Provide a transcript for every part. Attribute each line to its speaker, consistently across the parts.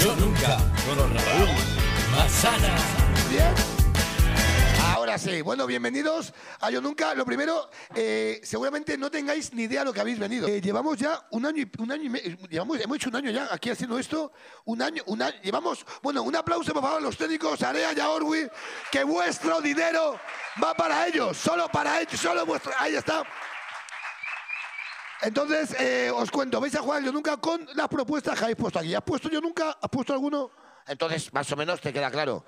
Speaker 1: Yo nunca con Raúl Masana.
Speaker 2: Bien. Ahora sí, bueno, bienvenidos a Yo Nunca. Lo primero, eh, seguramente no tengáis ni idea de lo que habéis venido. Eh, llevamos ya un año y, un año y me- eh, llevamos, hemos hecho un año ya aquí haciendo esto. Un año, un año, llevamos, bueno, un aplauso por favor a los técnicos, Area y a Orwi, que vuestro dinero va para ellos, solo para ellos, solo vuestro, ahí está. Entonces, eh, os cuento, vais a jugar al Yo Nunca con las propuestas que habéis puesto aquí. ¿Has puesto Yo Nunca? ¿Has puesto alguno? Entonces, más o menos te queda claro.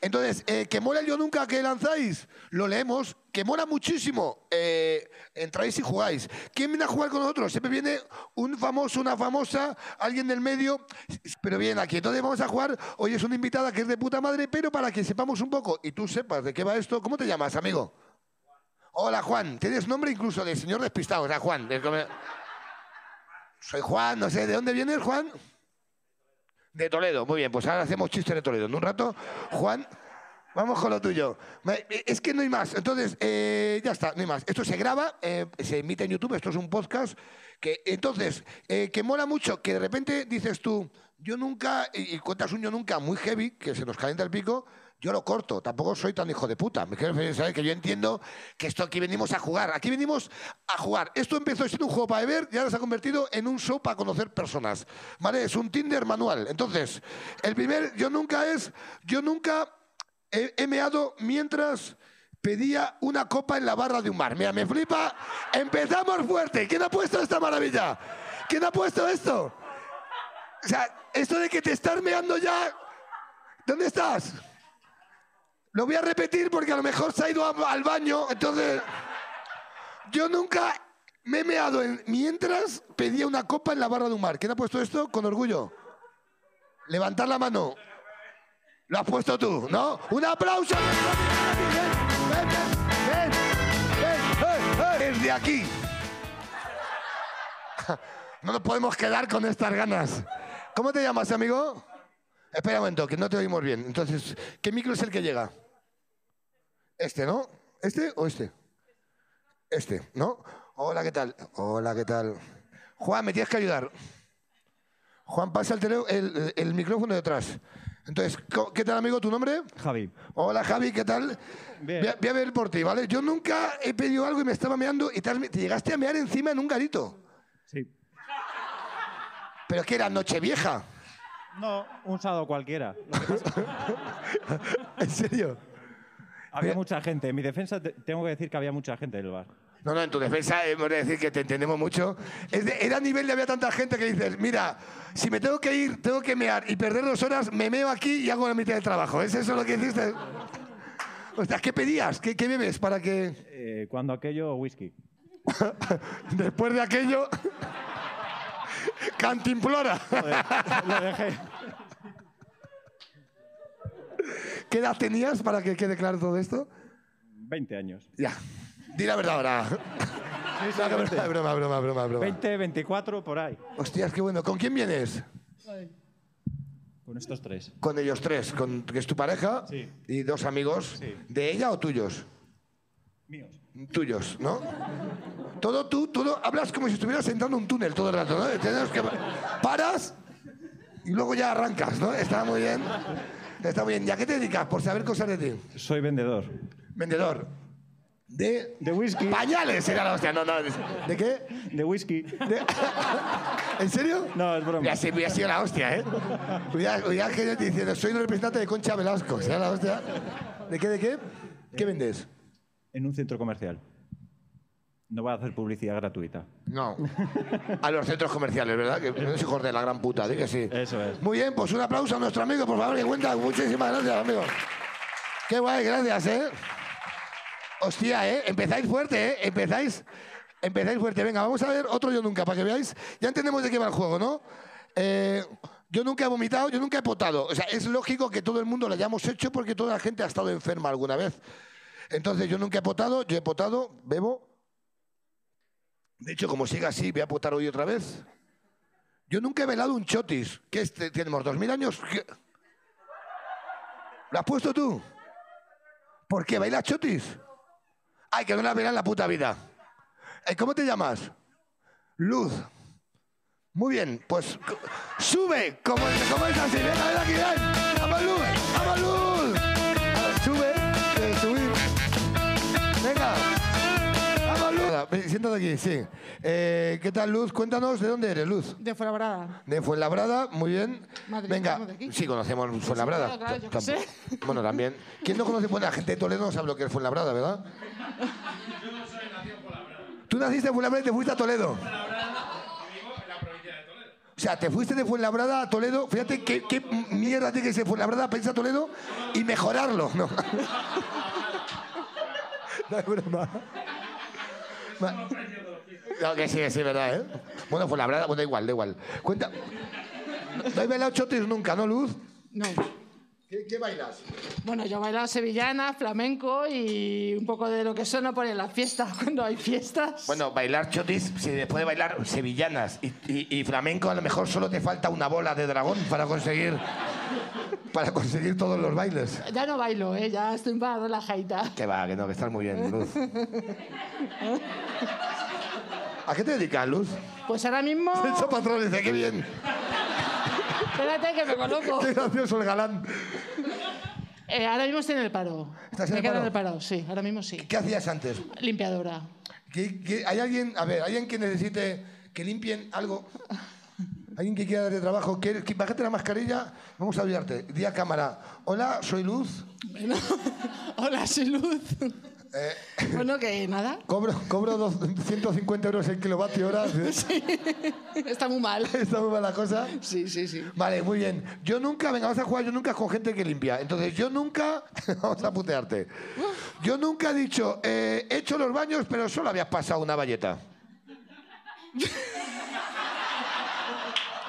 Speaker 2: Entonces, eh, que mola el Yo Nunca que lanzáis, lo leemos, que mola muchísimo. eh, entráis y jugáis. ¿Quién viene a jugar con nosotros? Siempre viene un famoso, una famosa, alguien del medio, pero bien, aquí entonces vamos a jugar. Hoy es una invitada que es de puta madre, pero para que sepamos un poco y tú sepas de qué va esto, ¿cómo te llamas, amigo? Hola Juan, tienes nombre incluso de señor despistado, o sea, Juan. del que me- Soy Juan, no sé, ¿de dónde vienes, Juan? De Toledo, muy bien, pues ahora hacemos chistes de Toledo. En un rato, Juan, vamos con lo tuyo. Me- eh, Es que no hay más, entonces, eh, ya está, no hay más. Esto se graba, eh, se emite en YouTube, esto es un podcast, que entonces, eh, que mola mucho, que de repente dices tú, yo nunca, y, y cuentas un yo nunca muy heavy, que se nos calienta el pico, yo lo corto, tampoco soy tan hijo de puta. Me quiero referir, ¿sabes? Que yo entiendo que esto aquí venimos a jugar. Aquí venimos a jugar. Esto empezó siendo un juego para beber y ahora se ha convertido en un show para conocer personas. ¿Vale? Es un Tinder manual. Entonces, el primer yo nunca es, yo nunca he, he meado mientras pedía una copa en la barra de un bar. Mira, me flipa. Empezamos fuerte. ¿Quién ha puesto esta maravilla? ¿Quién ha puesto esto? O sea, esto de que te estás meando ya... ¿Dónde estás? Lo voy a repetir porque a lo mejor se ha ido a- al baño, entonces... Yo nunca me he meado en- mientras pedía una copa en la barra de un bar. ¿Quién ha puesto esto con orgullo? Levantar la mano. Lo has puesto tú, ¿no? ¡Un aplauso! Ven, ven, ven, ven, ven, ven. Desde aquí. No nos podemos quedar con estas ganas. ¿Cómo te llamas, amigo? Espera un momento, que no te oímos bien. Entonces, ¿qué micro es el que llega? Este, ¿no? ¿Este o este? Este, ¿no? Hola, ¿qué tal? Hola, ¿qué tal? Juan, me tienes que ayudar. Juan, pasa el, tele- el, el micrófono detrás. Entonces, co- ¿qué tal, amigo? ¿Tu nombre?
Speaker 3: Javi.
Speaker 2: Hola, Javi, ¿qué tal?
Speaker 3: Bien.
Speaker 2: Voy a, voy a ver por ti, ¿vale? Yo nunca he pedido algo y me estaba meando y te, has- te llegaste a mear encima en un garito.
Speaker 3: Sí.
Speaker 2: Pero es que era Nochevieja.
Speaker 3: No, un sábado cualquiera. Lo que pasa-
Speaker 2: ¿En serio?
Speaker 3: había mucha gente. En mi defensa te- tengo que decir que había mucha gente del bar.
Speaker 2: No, no, en tu defensa eh, hemos de decir que te entendemos mucho. Es de- era a nivel de había tanta gente que dices, mira, si me tengo que ir, tengo que mear y perder dos horas, me meo aquí y hago la mitad del trabajo. ¿Es eso lo que hiciste? O sea, ¿qué pedías? ¿Qué, qué bebes para que
Speaker 3: Eh, cuando aquello, whisky.
Speaker 2: después de aquello cantimplora?
Speaker 3: Lo dejé.
Speaker 2: ¿Qué edad tenías para que quede claro todo esto?
Speaker 3: 20 años.
Speaker 2: Ya. Di la verdad ahora.
Speaker 3: Sí, sí,
Speaker 2: No, que
Speaker 3: 20,
Speaker 2: broma, broma, broma, broma, broma.
Speaker 3: 20, 24, por ahí.
Speaker 2: Hostias, qué bueno. ¿Con quién vienes?
Speaker 3: Con estos tres.
Speaker 2: Con ellos tres, con que es tu pareja
Speaker 3: Sí.
Speaker 2: y dos amigos.
Speaker 3: Sí.
Speaker 2: ¿De ella o tuyos?
Speaker 3: Míos.
Speaker 2: Tuyos, ¿no? Todo tú, todo. Hablas como si estuvieras entrando en un túnel todo el rato, ¿no? Tienes que. Paras y luego ya arrancas, ¿no? Está muy bien. Está muy bien. ¿Y a qué te dedicas? Por saber cosas de ti.
Speaker 3: Soy vendedor.
Speaker 2: Vendedor. De.
Speaker 3: De whisky.
Speaker 2: Pañales era la hostia, no, no. ¿De qué?
Speaker 3: De whisky.
Speaker 2: De- ¿En serio?
Speaker 3: No, es broma.
Speaker 2: Hubiera sido, hubiera sido la hostia, ¿eh? Hubiera, hubiera gente diciendo, soy el representante de Concha Velasco. ¿Será la hostia? ¿De qué, de qué? ¿Qué vendes?
Speaker 3: En un centro comercial. No voy a hacer publicidad gratuita.
Speaker 2: No. A los centros comerciales, ¿verdad? Que no es hijos de la gran puta, di que sí.
Speaker 3: Eso es.
Speaker 2: Muy bien, pues un aplauso a nuestro amigo, por favor, que cuenta. Muchísimas gracias, amigo. Qué guay, gracias, ¿eh? Hostia, ¿eh? Empezáis fuerte, ¿eh? Empezáis, empezáis fuerte. Venga, vamos a ver otro Yo Nunca, para que veáis. Ya entendemos de qué va el juego, ¿no? Eh, yo nunca he vomitado, yo nunca he potado. O sea, es lógico que todo el mundo lo hayamos hecho porque toda la gente ha estado enferma alguna vez. Entonces, yo nunca he potado, yo he potado, bebo. De hecho, como siga así, voy a potar hoy otra vez. Yo nunca he velado un chotis. ¿Qué es? Te- ¿Tenemos dos mil años? ¿Qué? ¿Lo has puesto tú? ¿Por qué? ¿Bailas chotis? Ay, que no la verás en la puta vida. Eh, ¿Cómo te llamas? Luz. Muy bien, pues c- sube, como, como es así. Venga, ven aquí, ven. ¡Vamos, Luz! ¡Vamos, Luz! A ver, Sube, eh, subir. Venga. ¡Vamos, Luz! Nada, ven, Siéntate aquí, sí. Eh, ¿Qué tal, Luz? Cuéntanos de dónde eres, Luz.
Speaker 4: De Fuenlabrada.
Speaker 2: De Fuenlabrada, muy bien.
Speaker 4: Madrid,
Speaker 2: Venga,
Speaker 4: vamos de aquí.
Speaker 2: sí, conocemos Fuenlabrada.
Speaker 4: claro, claro, yo
Speaker 2: Tam-
Speaker 4: qué sé.
Speaker 2: Bueno, también. ¿Quién no conoce Fuenlabrada? La gente de Toledo no sabe lo que es Fuenlabrada, ¿verdad? Yo no soy, nací en Fuenlabrada. Tú naciste en Fuenlabrada y te fuiste a Toledo. O sea, te fuiste de Fuenlabrada a Toledo. Fíjate qué, qué mierda tiene que ser Fuenlabrada, pensa Toledo y mejorarlo. No, no es broma. Ma- No, que sí, que sí, verdad, ¿eh? Bueno, Fuenlabrada, bueno, da igual, da igual. Cuenta. No he bailado chotis nunca, ¿no, Luz?
Speaker 4: No.
Speaker 2: ¿Qué, qué bailas?
Speaker 4: Bueno, yo he bailado sevillana, flamenco y un poco de lo que suena por en las fiestas, cuando hay fiestas.
Speaker 2: Bueno, bailar chotis, si después de bailar sevillanas y, y- y flamenco, a lo mejor solo te falta una bola de dragón para conseguir, para conseguir todos los bailes.
Speaker 4: Ya no bailo, ¿eh? ya estoy parado en la jaita.
Speaker 2: Que va, que no, que estás muy bien, Luz. ¿A qué te dedicas, Luz?
Speaker 4: Pues ahora mismo.
Speaker 2: Eso patrón dice, qué bien.
Speaker 4: Espérate que me coloco.
Speaker 2: Qué gracioso el galán.
Speaker 4: Eh, ahora mismo estoy en el paro.
Speaker 2: ¿Estás en
Speaker 4: Me
Speaker 2: el
Speaker 4: quedo
Speaker 2: paro?
Speaker 4: en el paro, sí, ahora mismo sí.
Speaker 2: ¿Qué hacías antes?
Speaker 4: Limpiadora.
Speaker 2: ¿Qué- qué- hay alguien, a ver, alguien que necesite que limpien algo? ¿Alguien que quiera darte trabajo? ¿Quieres que- Bájate la mascarilla, vamos a olvidarte. Di a cámara. Hola, soy Luz.
Speaker 4: Bueno, hola, soy Luz.
Speaker 2: Eh.
Speaker 4: Bueno, que nada.
Speaker 2: Cobro, cobro dos- 150 euros el kilovatio hora.
Speaker 4: Está muy mal.
Speaker 2: Está muy mala cosa.
Speaker 4: Sí, sí, sí.
Speaker 2: Vale, muy bien. Yo nunca, venga, vamos a jugar yo nunca con gente que limpia. Entonces, yo nunca, vamos a putearte. Yo nunca he dicho, eh, he hecho los baños, pero solo habías pasado una valleta.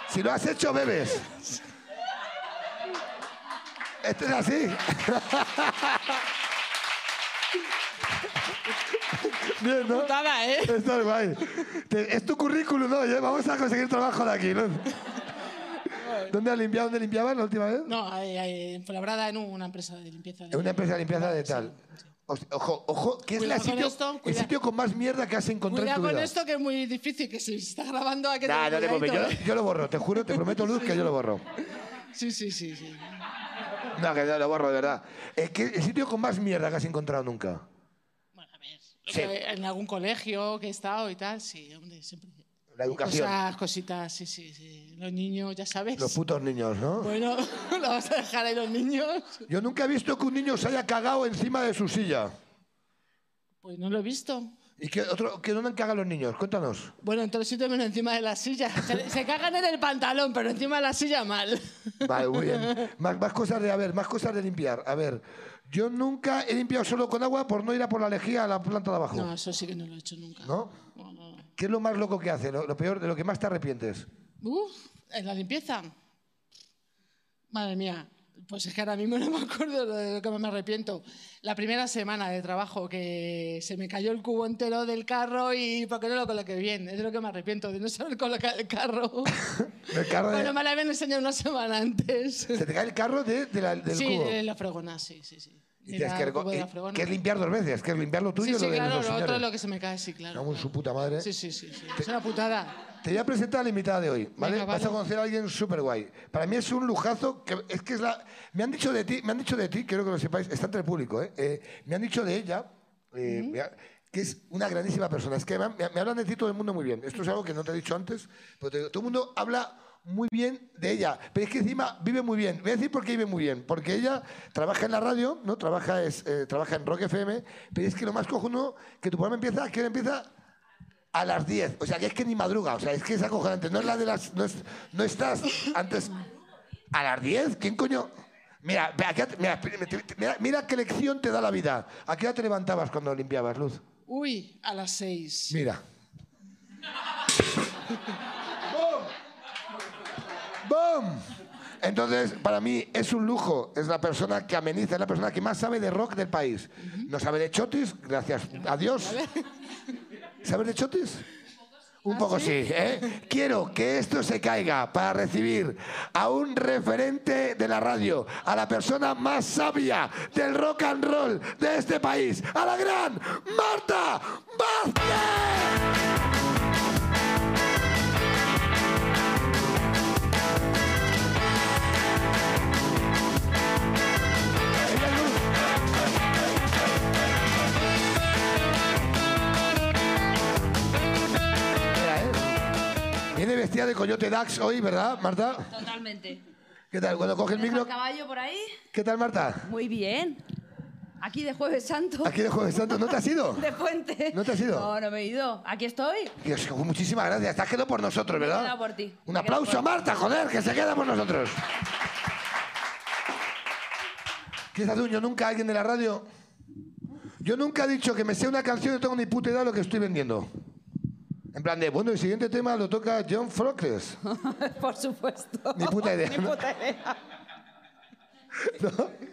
Speaker 2: si lo has hecho, bebes. Esto es así. bien, ¿no?
Speaker 4: Putada, ¿eh?
Speaker 2: Está guay. Te- es tu currículum, ¿no? Oye, Vamos a conseguir trabajo de aquí, ¿no? ¿Dónde has limpiado? ¿Dónde limpiabas la última vez?
Speaker 4: No, eh, eh, en Fuenlabrada, en una empresa de limpieza.
Speaker 2: En una empresa de limpieza de tal. Os- Ojo, ojo, que es la
Speaker 4: Cuidado con
Speaker 2: sitio,
Speaker 4: esto,
Speaker 2: el
Speaker 4: cuidado.
Speaker 2: sitio con más mierda que has encontrado
Speaker 4: Cuidado
Speaker 2: en tu
Speaker 4: con
Speaker 2: vida.
Speaker 4: esto que es muy difícil, que si se está grabando hay que ¿eh?
Speaker 2: Nah,
Speaker 4: tener
Speaker 2: no te preocupes,
Speaker 4: cuidadito,
Speaker 2: yo, yo lo borro, te juro, te prometo, Luz, que yo lo borro.
Speaker 4: ¿eh? Sí, sí, sí, sí.
Speaker 2: No, que no lo borro, de verdad. Eh, ¿qué- el sitio con más mierda que has encontrado nunca.
Speaker 4: Bueno, a ver.
Speaker 2: Sí.
Speaker 4: eh, En algún colegio que he estado y tal, sí, hombre, siempre.
Speaker 2: La educación.
Speaker 4: Cosas, cositas, sí, sí, sí. Los niños, ya sabes.
Speaker 2: Los putos niños, ¿no?
Speaker 4: Bueno, lo vas a dejar ahí los niños.
Speaker 2: Yo nunca he visto que un niño se haya cagado encima de su silla.
Speaker 4: Pues no lo he visto.
Speaker 2: ¿Y qué otro, que dónde cagan los niños? Cuéntanos.
Speaker 4: Bueno, en todos los sitios menos encima de la silla. Se, se cagan en el pantalón, pero encima de la silla mal.
Speaker 2: Vale, muy bien. Más, más cosas de, a ver, más cosas de limpiar. A ver, yo nunca he limpiado solo con agua por no ir a por la lejía a la planta de abajo.
Speaker 4: No,
Speaker 2: ¿No?
Speaker 4: eso sí que no lo he hecho nunca. No, no.
Speaker 2: ¿Qué es lo más loco que hace? Lo, lo peor, de lo que más te arrepientes.
Speaker 4: Uf, en la limpieza. Madre mía, pues es que ahora mismo no me acuerdo de lo que me arrepiento. La primera semana de trabajo que se me cayó el cubo entero del carro y porque no lo coloqué bien, es de lo que me arrepiento, de no saber colocar el carro.
Speaker 2: El carro de-
Speaker 4: bueno, me la habían enseñado una semana antes.
Speaker 2: Se te cae el carro de, de la- del
Speaker 4: sí,
Speaker 2: cubo.
Speaker 4: de la fregona, sí, sí, sí.
Speaker 2: Y tienes
Speaker 4: Era
Speaker 2: que,
Speaker 4: el
Speaker 2: reco-
Speaker 4: cubo de
Speaker 2: y-
Speaker 4: la fregona.
Speaker 2: que es limpiar dos veces, que es limpiar lo tuyo y
Speaker 4: Sí, sí,
Speaker 2: lo de
Speaker 4: claro,
Speaker 2: los
Speaker 4: lo otro
Speaker 2: señores.
Speaker 4: es lo que se me cae, sí, claro.
Speaker 2: Vamos, su
Speaker 4: claro.
Speaker 2: puta madre.
Speaker 4: Sí, sí, sí, sí. Es una putada.
Speaker 2: Te voy a presentar a la invitada de hoy, ¿vale?
Speaker 4: Venga,
Speaker 2: Vas a
Speaker 4: vale.
Speaker 2: conocer a alguien súper guay. Para mí es un lujazo que es que es la. Me han dicho de ti, me han dicho de ti, quiero que lo sepáis, está entre el público, ¿eh? Eh, me han dicho de ella, eh, me ha- que es una grandísima persona. Es que me, han- me- me hablan de ti todo el mundo muy bien. Esto es algo que no te he dicho antes, pero te digo, todo el mundo habla muy bien de ella. Pero es que encima vive muy bien. Voy a decir por qué vive muy bien. Porque ella trabaja en la radio, ¿no? Trabaja, es, eh, trabaja en Rock FM, pero es que lo más cojuno que tu programa empieza, ¿a qué hora empieza? a las 10. O sea, que es que ni madruga. O sea, es que es acojonante. No es la de las. No, es- no estás antes. ¿A las 10? ¿Quién coño? Mira, ve, ¿a qué hora te- mira, te- te- mira, mira qué lección te da la vida. ¿A qué hora te levantabas cuando limpiabas, Luz?
Speaker 4: Uy, a las seis.
Speaker 2: Mira. ¡Bum! ¡Bum! Entonces, para mí es un lujo. Es la persona que ameniza, es la persona que más sabe de rock del país. No sabe de chotis, gracias a Dios. ¿Sabes de chotis? Un poco sí, ¿eh? Quiero que esto se caiga para recibir a un referente de la radio, a la persona más sabia del rock and roll de este país, a la gran Marta Vázquez. Viene vestida de coyote Dax hoy, ¿verdad, Marta?
Speaker 5: Totalmente.
Speaker 2: ¿Qué tal? Cuando coge el
Speaker 5: Deja
Speaker 2: micro.
Speaker 5: el caballo por ahí?
Speaker 2: ¿Qué tal, Marta?
Speaker 5: Muy bien. Aquí de Jueves Santo.
Speaker 2: Aquí de Jueves Santo. ¿No te has ido?
Speaker 5: De Puente.
Speaker 2: ¿No te has ido?
Speaker 5: No, no me he ido. Aquí estoy.
Speaker 2: Dios, que pues, muchísimas gracias. Te has quedado por nosotros,
Speaker 5: he
Speaker 2: ¿verdad?
Speaker 5: quedado por ti.
Speaker 2: Un
Speaker 5: Me he quedado
Speaker 2: aplauso a
Speaker 5: por
Speaker 2: Marta, joder, que se queda por nosotros. ¿Quieres hacer un yo nunca a alguien de la radio? Yo nunca he dicho que me sea una canción y no tengo ni puta idea de lo que estoy vendiendo. En plan de, bueno, el siguiente tema lo toca John Frocles.
Speaker 5: Por supuesto.
Speaker 2: Ni puta idea,
Speaker 5: Ni
Speaker 2: ¿no?
Speaker 5: puta idea.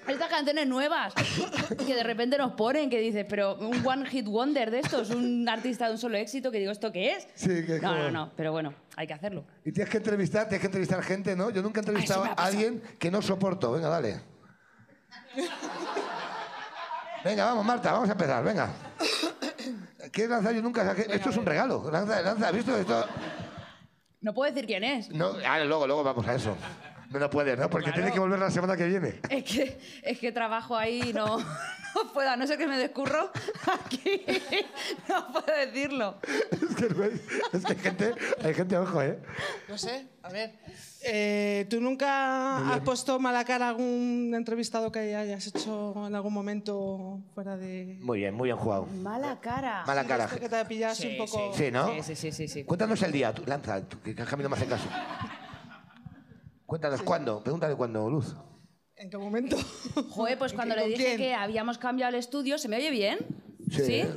Speaker 5: Estas canciones nuevas que de repente nos ponen, que dices, pero un one hit wonder de estos, un artista de un solo éxito, que digo, ¿esto qué es?
Speaker 2: Sí, que es
Speaker 5: no,
Speaker 2: como-
Speaker 5: no, no, pero bueno, hay que hacerlo.
Speaker 2: Y tienes que entrevistar, tienes que entrevistar gente, ¿no? Yo nunca he entrevistado
Speaker 5: Ay, sí Ah, me ha
Speaker 2: a
Speaker 5: pasado.
Speaker 2: alguien que no soporto. Venga, dale. Venga, vamos, Marta, vamos a empezar, venga. ¿Quieres lanzar yo nunca? esto es un regalo. Lanza, lanza, ¿has visto esto?
Speaker 5: No puedo decir quién es.
Speaker 2: No, ahora, luego, luego vamos a eso. No, no puedes, ¿no? Porque
Speaker 5: Claro.
Speaker 2: tiene que volver la semana que viene.
Speaker 5: Es que, es que trabajo ahí y no, no puedo, a no ser que me descurro aquí, no puedo decirlo.
Speaker 2: Es que, no hay- es que hay gente, hay gente, ojo, ¿eh?
Speaker 4: No sé, a ver. Eh, ¿Tú nunca has puesto mala cara a algún entrevistado que hayas hecho en algún momento fuera de...
Speaker 2: Muy bien, muy bien jugado.
Speaker 5: Mala cara.
Speaker 2: Mala cara.
Speaker 4: Esto que te pillas un poco...
Speaker 2: Sí, ¿no?
Speaker 5: Sí, sí, sí, sí, sí.
Speaker 2: Cuéntanos el día, tú, lanza, tú, que has camino más en caso. Cuéntanos cuándo, pregúntale cuándo, Luz.
Speaker 4: ¿En qué momento?
Speaker 5: Joder, pues
Speaker 4: ¿En
Speaker 5: cuando
Speaker 4: qué-
Speaker 5: le
Speaker 4: con
Speaker 5: dije
Speaker 4: quién?
Speaker 5: que habíamos cambiado el estudio, ¿se me oye bien?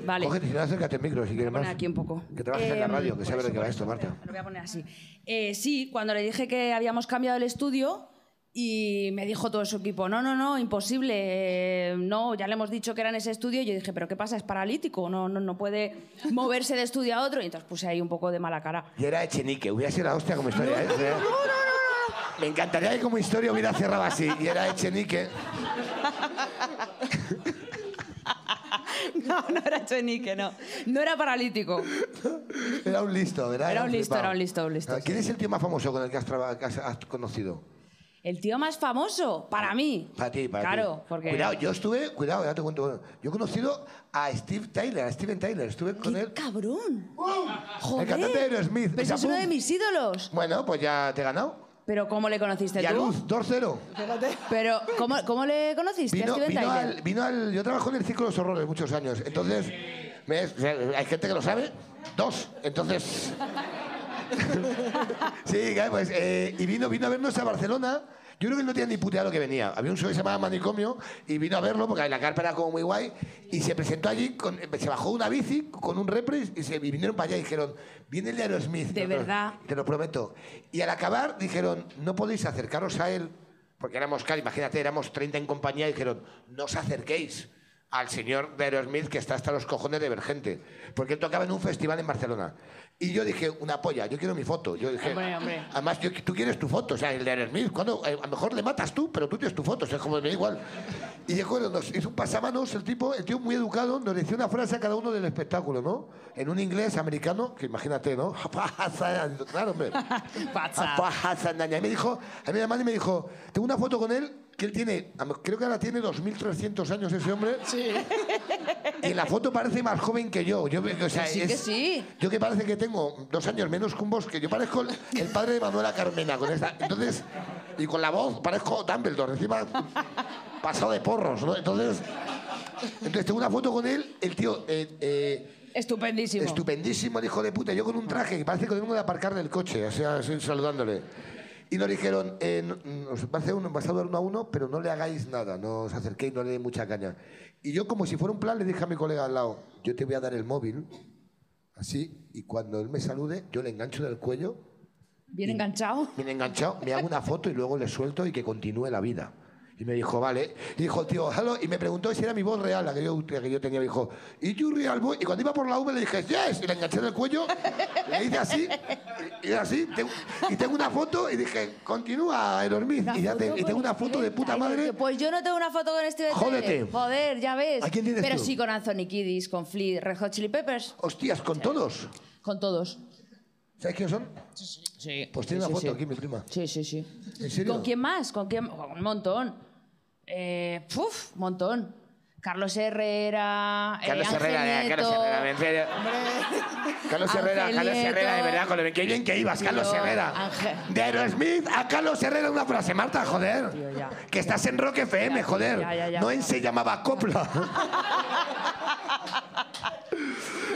Speaker 5: Vale.
Speaker 2: eh, Cógete, si no, acércate al micro si quieres
Speaker 5: Pon
Speaker 2: más.
Speaker 5: aquí un poco.
Speaker 2: Que trabajes en la
Speaker 5: Em,
Speaker 2: radio, que
Speaker 5: por
Speaker 2: sabes de
Speaker 5: eso,
Speaker 2: qué va
Speaker 5: por
Speaker 2: esto,
Speaker 5: eso,
Speaker 2: Marta.
Speaker 5: espera, Lo voy a poner así. Eh, sí, cuando le dije que habíamos cambiado el estudio y me dijo todo su equipo, no, no, no, imposible, eh, no, ya le hemos dicho que era en ese estudio. Y yo dije, pero ¿qué pasa? Es paralítico, no, no, no puede moverse de estudio a otro. Y entonces puse ahí un poco de mala cara.
Speaker 2: Y era Echenique, hubiera sido la hostia como historia. ¿eh? Me encantaría que como historia hubiera cerrado así. Y era Echenique.
Speaker 5: No, no era chenique, no. No era paralítico.
Speaker 2: Era un listo, ¿verdad?
Speaker 5: Era un listo,
Speaker 2: flipado.
Speaker 5: era un listo, un listo,
Speaker 2: Ah, ¿Quién es el tío más famoso con el que has, traba- que has- has conocido?
Speaker 5: El tío más famoso, para mí.
Speaker 2: Para ti, para ti.
Speaker 5: claro, porque...
Speaker 2: Cuidado, yo estuve... Cuidado, ya te cuento. Yo he conocido a Steve Tyler, a Steven Tyler. Estuve con
Speaker 5: ¡Qué
Speaker 2: él...
Speaker 5: cabrón!
Speaker 2: El
Speaker 5: ¡Joder!
Speaker 2: cantante de Aerosmith,
Speaker 5: Pero
Speaker 2: o sea,
Speaker 5: ese es uno
Speaker 2: pum.
Speaker 5: de mis ídolos.
Speaker 2: Bueno, pues ya te he ganado.
Speaker 5: ¿Pero cómo le conociste
Speaker 2: Y a
Speaker 5: tú?
Speaker 2: Luz, 2-0.
Speaker 5: Pero, ¿cómo, cómo le conociste a
Speaker 2: Vino,
Speaker 5: Steven
Speaker 2: vino,
Speaker 5: Tyler?
Speaker 2: al, vino al- Yo trabajo en el Círculo de los Horrores muchos años. Entonces, me- o sea, hay gente que lo sabe. Dos. Entonces. sí, claro, pues. eh, y vino, vino a vernos a Barcelona. Yo creo que él no tenía ni puta idea de lo que venía. Había un show que se llamaba Manicomio y vino a verlo porque la carpa era como muy guay. Y se presentó allí, con- se bajó una bici con un repres y, se, y vinieron para allá y dijeron: Viene el de Aerosmith.
Speaker 5: De
Speaker 2: Nosotros,
Speaker 5: verdad.
Speaker 2: Te lo prometo. Y al acabar dijeron, no podéis acercaros a él, porque éramos, claro, imagínate, éramos 30 en compañía y dijeron, no os acerquéis al señor de Aerosmith que está hasta los cojones de Vergente, porque él tocaba en un festival en Barcelona. Y yo dije, una polla, yo quiero mi foto. Yo dije,
Speaker 5: Hombre, hombre.
Speaker 2: además yo- tú quieres tu foto, o sea, el de Aerosmith, ¿cuándo? Eh, a lo mejor le matas tú, pero tú tienes tu foto, o sea, como me da igual. Y de acuerdo, nos hizo un pasamanos, el tipo, el tío muy educado, nos decía una frase a cada uno del espectáculo, ¿no? En un inglés americano, que imagínate, ¿no? claro, hombre.
Speaker 5: Pasa.
Speaker 2: Fue a Hassan Daña. Y me dijo, a mí mi madre me dijo, tengo una foto con él que él tiene, a- creo que ahora tiene 2.300 años ese hombre.
Speaker 4: Sí.
Speaker 2: Y en la foto parece más joven que yo. yo o sea,
Speaker 5: Que sí, que
Speaker 2: es-
Speaker 5: sí.
Speaker 2: Yo que parece que tengo dos años menos que un bosque. Yo parezco el, el padre de Manuela Carmena con esta. Entonces, y con la voz parezco Dumbledore. Encima, pasado de porros, ¿no? Entonces, entonces tengo una foto con él, el tío... eh, eh,
Speaker 5: Estupendísimo.
Speaker 2: Estupendísimo el hijo de puta. Yo con un traje que parece que vengo de aparcar del coche, o sea, así saludándole. Y nos dijeron, eh, no- no, os va a hacer un- vas a dar uno a uno, pero no le hagáis nada, no os acerquéis, no le deis mucha caña. Y yo, como si fuera un plan, le dije a mi colega al lado, yo te voy a dar el móvil, así, y cuando él me salude, yo le engancho del cuello,
Speaker 5: Bien enganchado.
Speaker 2: bien enganchado, me hago una foto y luego le suelto y que continúe la vida. Y me dijo, vale. Y dijo, tío, hello. Y me preguntó si era mi voz real, la que yo, la que yo tenía. Me dijo, ¿y you real voice? Y cuando iba por la V le dije, yes. Y le enganché del cuello, le hice así, y, y así. Tengo- y tengo una foto y dije, continúa, Aerosmith. Y, ya te- y tengo una foto de puta madre.
Speaker 5: Pues yo no tengo una foto con Steven Tyler.
Speaker 2: Jódete.
Speaker 5: Joder, ya ves.
Speaker 2: ¿A quién tienes
Speaker 5: Pero
Speaker 2: tú?
Speaker 5: sí con Anthony Kiddis, con Flea, Red Hot Chili Peppers,
Speaker 2: Hostias, con todos.
Speaker 5: con todos.
Speaker 2: ¿Sabes quiénes son?
Speaker 5: Sí.
Speaker 2: Pues tiene una
Speaker 5: sí, sí,
Speaker 2: foto
Speaker 5: sí.
Speaker 2: aquí, mi prima.
Speaker 5: Sí, sí, sí.
Speaker 2: ¿En serio?
Speaker 5: ¿Con quién más? ¿Con quién? Un montón. Eh, uf, un montón. Carlos Herrera. eh,
Speaker 6: Carlos Herrera, eh, Carlos
Speaker 5: Angelieto,
Speaker 6: Herrera, en serio. Carlos Herrera, Carlos
Speaker 5: Angelieto.
Speaker 6: Herrera, de verdad, con lo bien que, bien que ibas, Carlos
Speaker 5: Tío,
Speaker 6: Herrera.
Speaker 5: Ángel-
Speaker 6: De Aerosmith a Carlos Herrera una frase, Marta, joder.
Speaker 5: Tío, ya.
Speaker 6: Que estás en Rock FM,
Speaker 5: Ya, tío,
Speaker 6: joder.
Speaker 5: ya, ya, ya.
Speaker 6: no en Se llamaba Copla.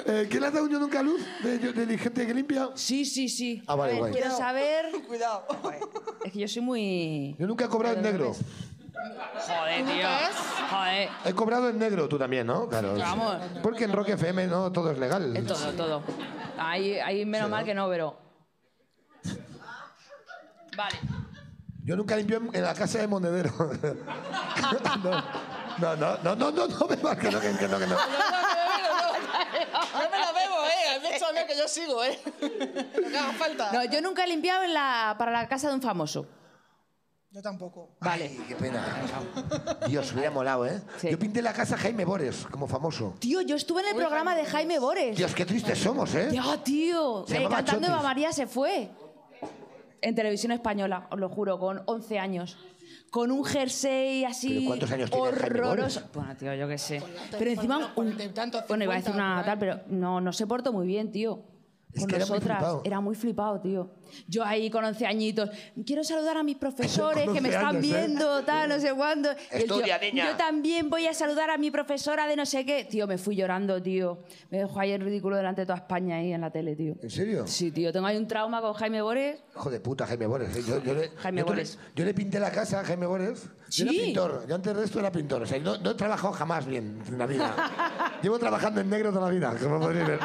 Speaker 2: Eh, ¿Quién le ha dado yo nunca luz? De, de, de gente que limpia.
Speaker 5: Sí, sí, sí.
Speaker 2: Ah, vale,
Speaker 5: A ver,
Speaker 2: guay.
Speaker 5: Quiero saber.
Speaker 7: Cuidado.
Speaker 5: Es que yo soy muy.
Speaker 2: Yo nunca he cobrado en negro.
Speaker 5: Joder, tío. Joder.
Speaker 2: He cobrado en negro tú también, ¿no? Claro. sí.
Speaker 5: Vamos.
Speaker 2: Porque en Rock FM no todo es legal.
Speaker 5: Es todo, todo. Ahí, ahí menos mal que no, pero. Vale.
Speaker 2: Yo nunca limpio en, en la casa de Monedero. no, no, no, no, no, no, me va, que no, que no, que no, que no.
Speaker 7: No me la bebo, eh. Échame que yo sigo, eh. Lo que haga falta.
Speaker 5: No, yo nunca he limpiado en la, para la casa de un famoso.
Speaker 7: Yo tampoco.
Speaker 2: Vale. qué pena. Dios, hubiera molado, ¿eh?
Speaker 5: Sí.
Speaker 2: Yo pinté la casa Jaime Bores, como famoso.
Speaker 5: Tío, yo estuve en el programa de Jaime Bores.
Speaker 2: Dios, qué tristes somos, ¿eh?
Speaker 5: Ya, tío.
Speaker 2: Se
Speaker 5: Eh,
Speaker 2: llamaba
Speaker 5: cantando
Speaker 2: Chotis.
Speaker 5: Eva María se fue. En televisión española, os lo juro, con 11 años. Con un jersey así.
Speaker 2: ¿Pero cuántos años tiene Jaime
Speaker 5: horroroso.
Speaker 2: Bores?
Speaker 5: Bueno, tío, yo qué sé.
Speaker 4: Cuarenta y-
Speaker 5: Pero encima.
Speaker 4: cuarenta- cuarenta y tantos,
Speaker 5: bueno, iba a decir
Speaker 4: cincuenta,
Speaker 5: una tal,
Speaker 4: por
Speaker 5: pero no, no se portó muy bien, tío.
Speaker 2: Es
Speaker 5: Con
Speaker 2: que era muy
Speaker 5: nosotras.
Speaker 2: flipado.
Speaker 5: era muy flipado, tío. Yo ahí con 11 añitos. Quiero saludar a mis profesores
Speaker 2: Con
Speaker 5: que
Speaker 2: 11
Speaker 5: me están
Speaker 2: años, ¿eh?
Speaker 5: viendo, tal, no sé cuándo. Y el tío,
Speaker 6: Estudia, niña.
Speaker 5: Yo también voy a saludar a mi profesora de no sé qué. Tío, me fui llorando, tío. Me dejó ahí el ridículo delante de toda España ahí en la tele, tío.
Speaker 2: ¿En serio?
Speaker 5: Sí, tío. Tengo ahí un trauma con Jaime Bores.
Speaker 2: Hijo de puta, Jaime Bores. ¿eh? Yo, yo le,
Speaker 5: Jaime
Speaker 2: yo te-
Speaker 5: Bores.
Speaker 2: yo le pinté la casa a Jaime Bores. Yo era
Speaker 5: Sí.
Speaker 2: pintor. Yo antes de esto era pintor. O sea, no, no he trabajado jamás bien en la vida. Llevo trabajando en negro toda la vida, como podéis ver.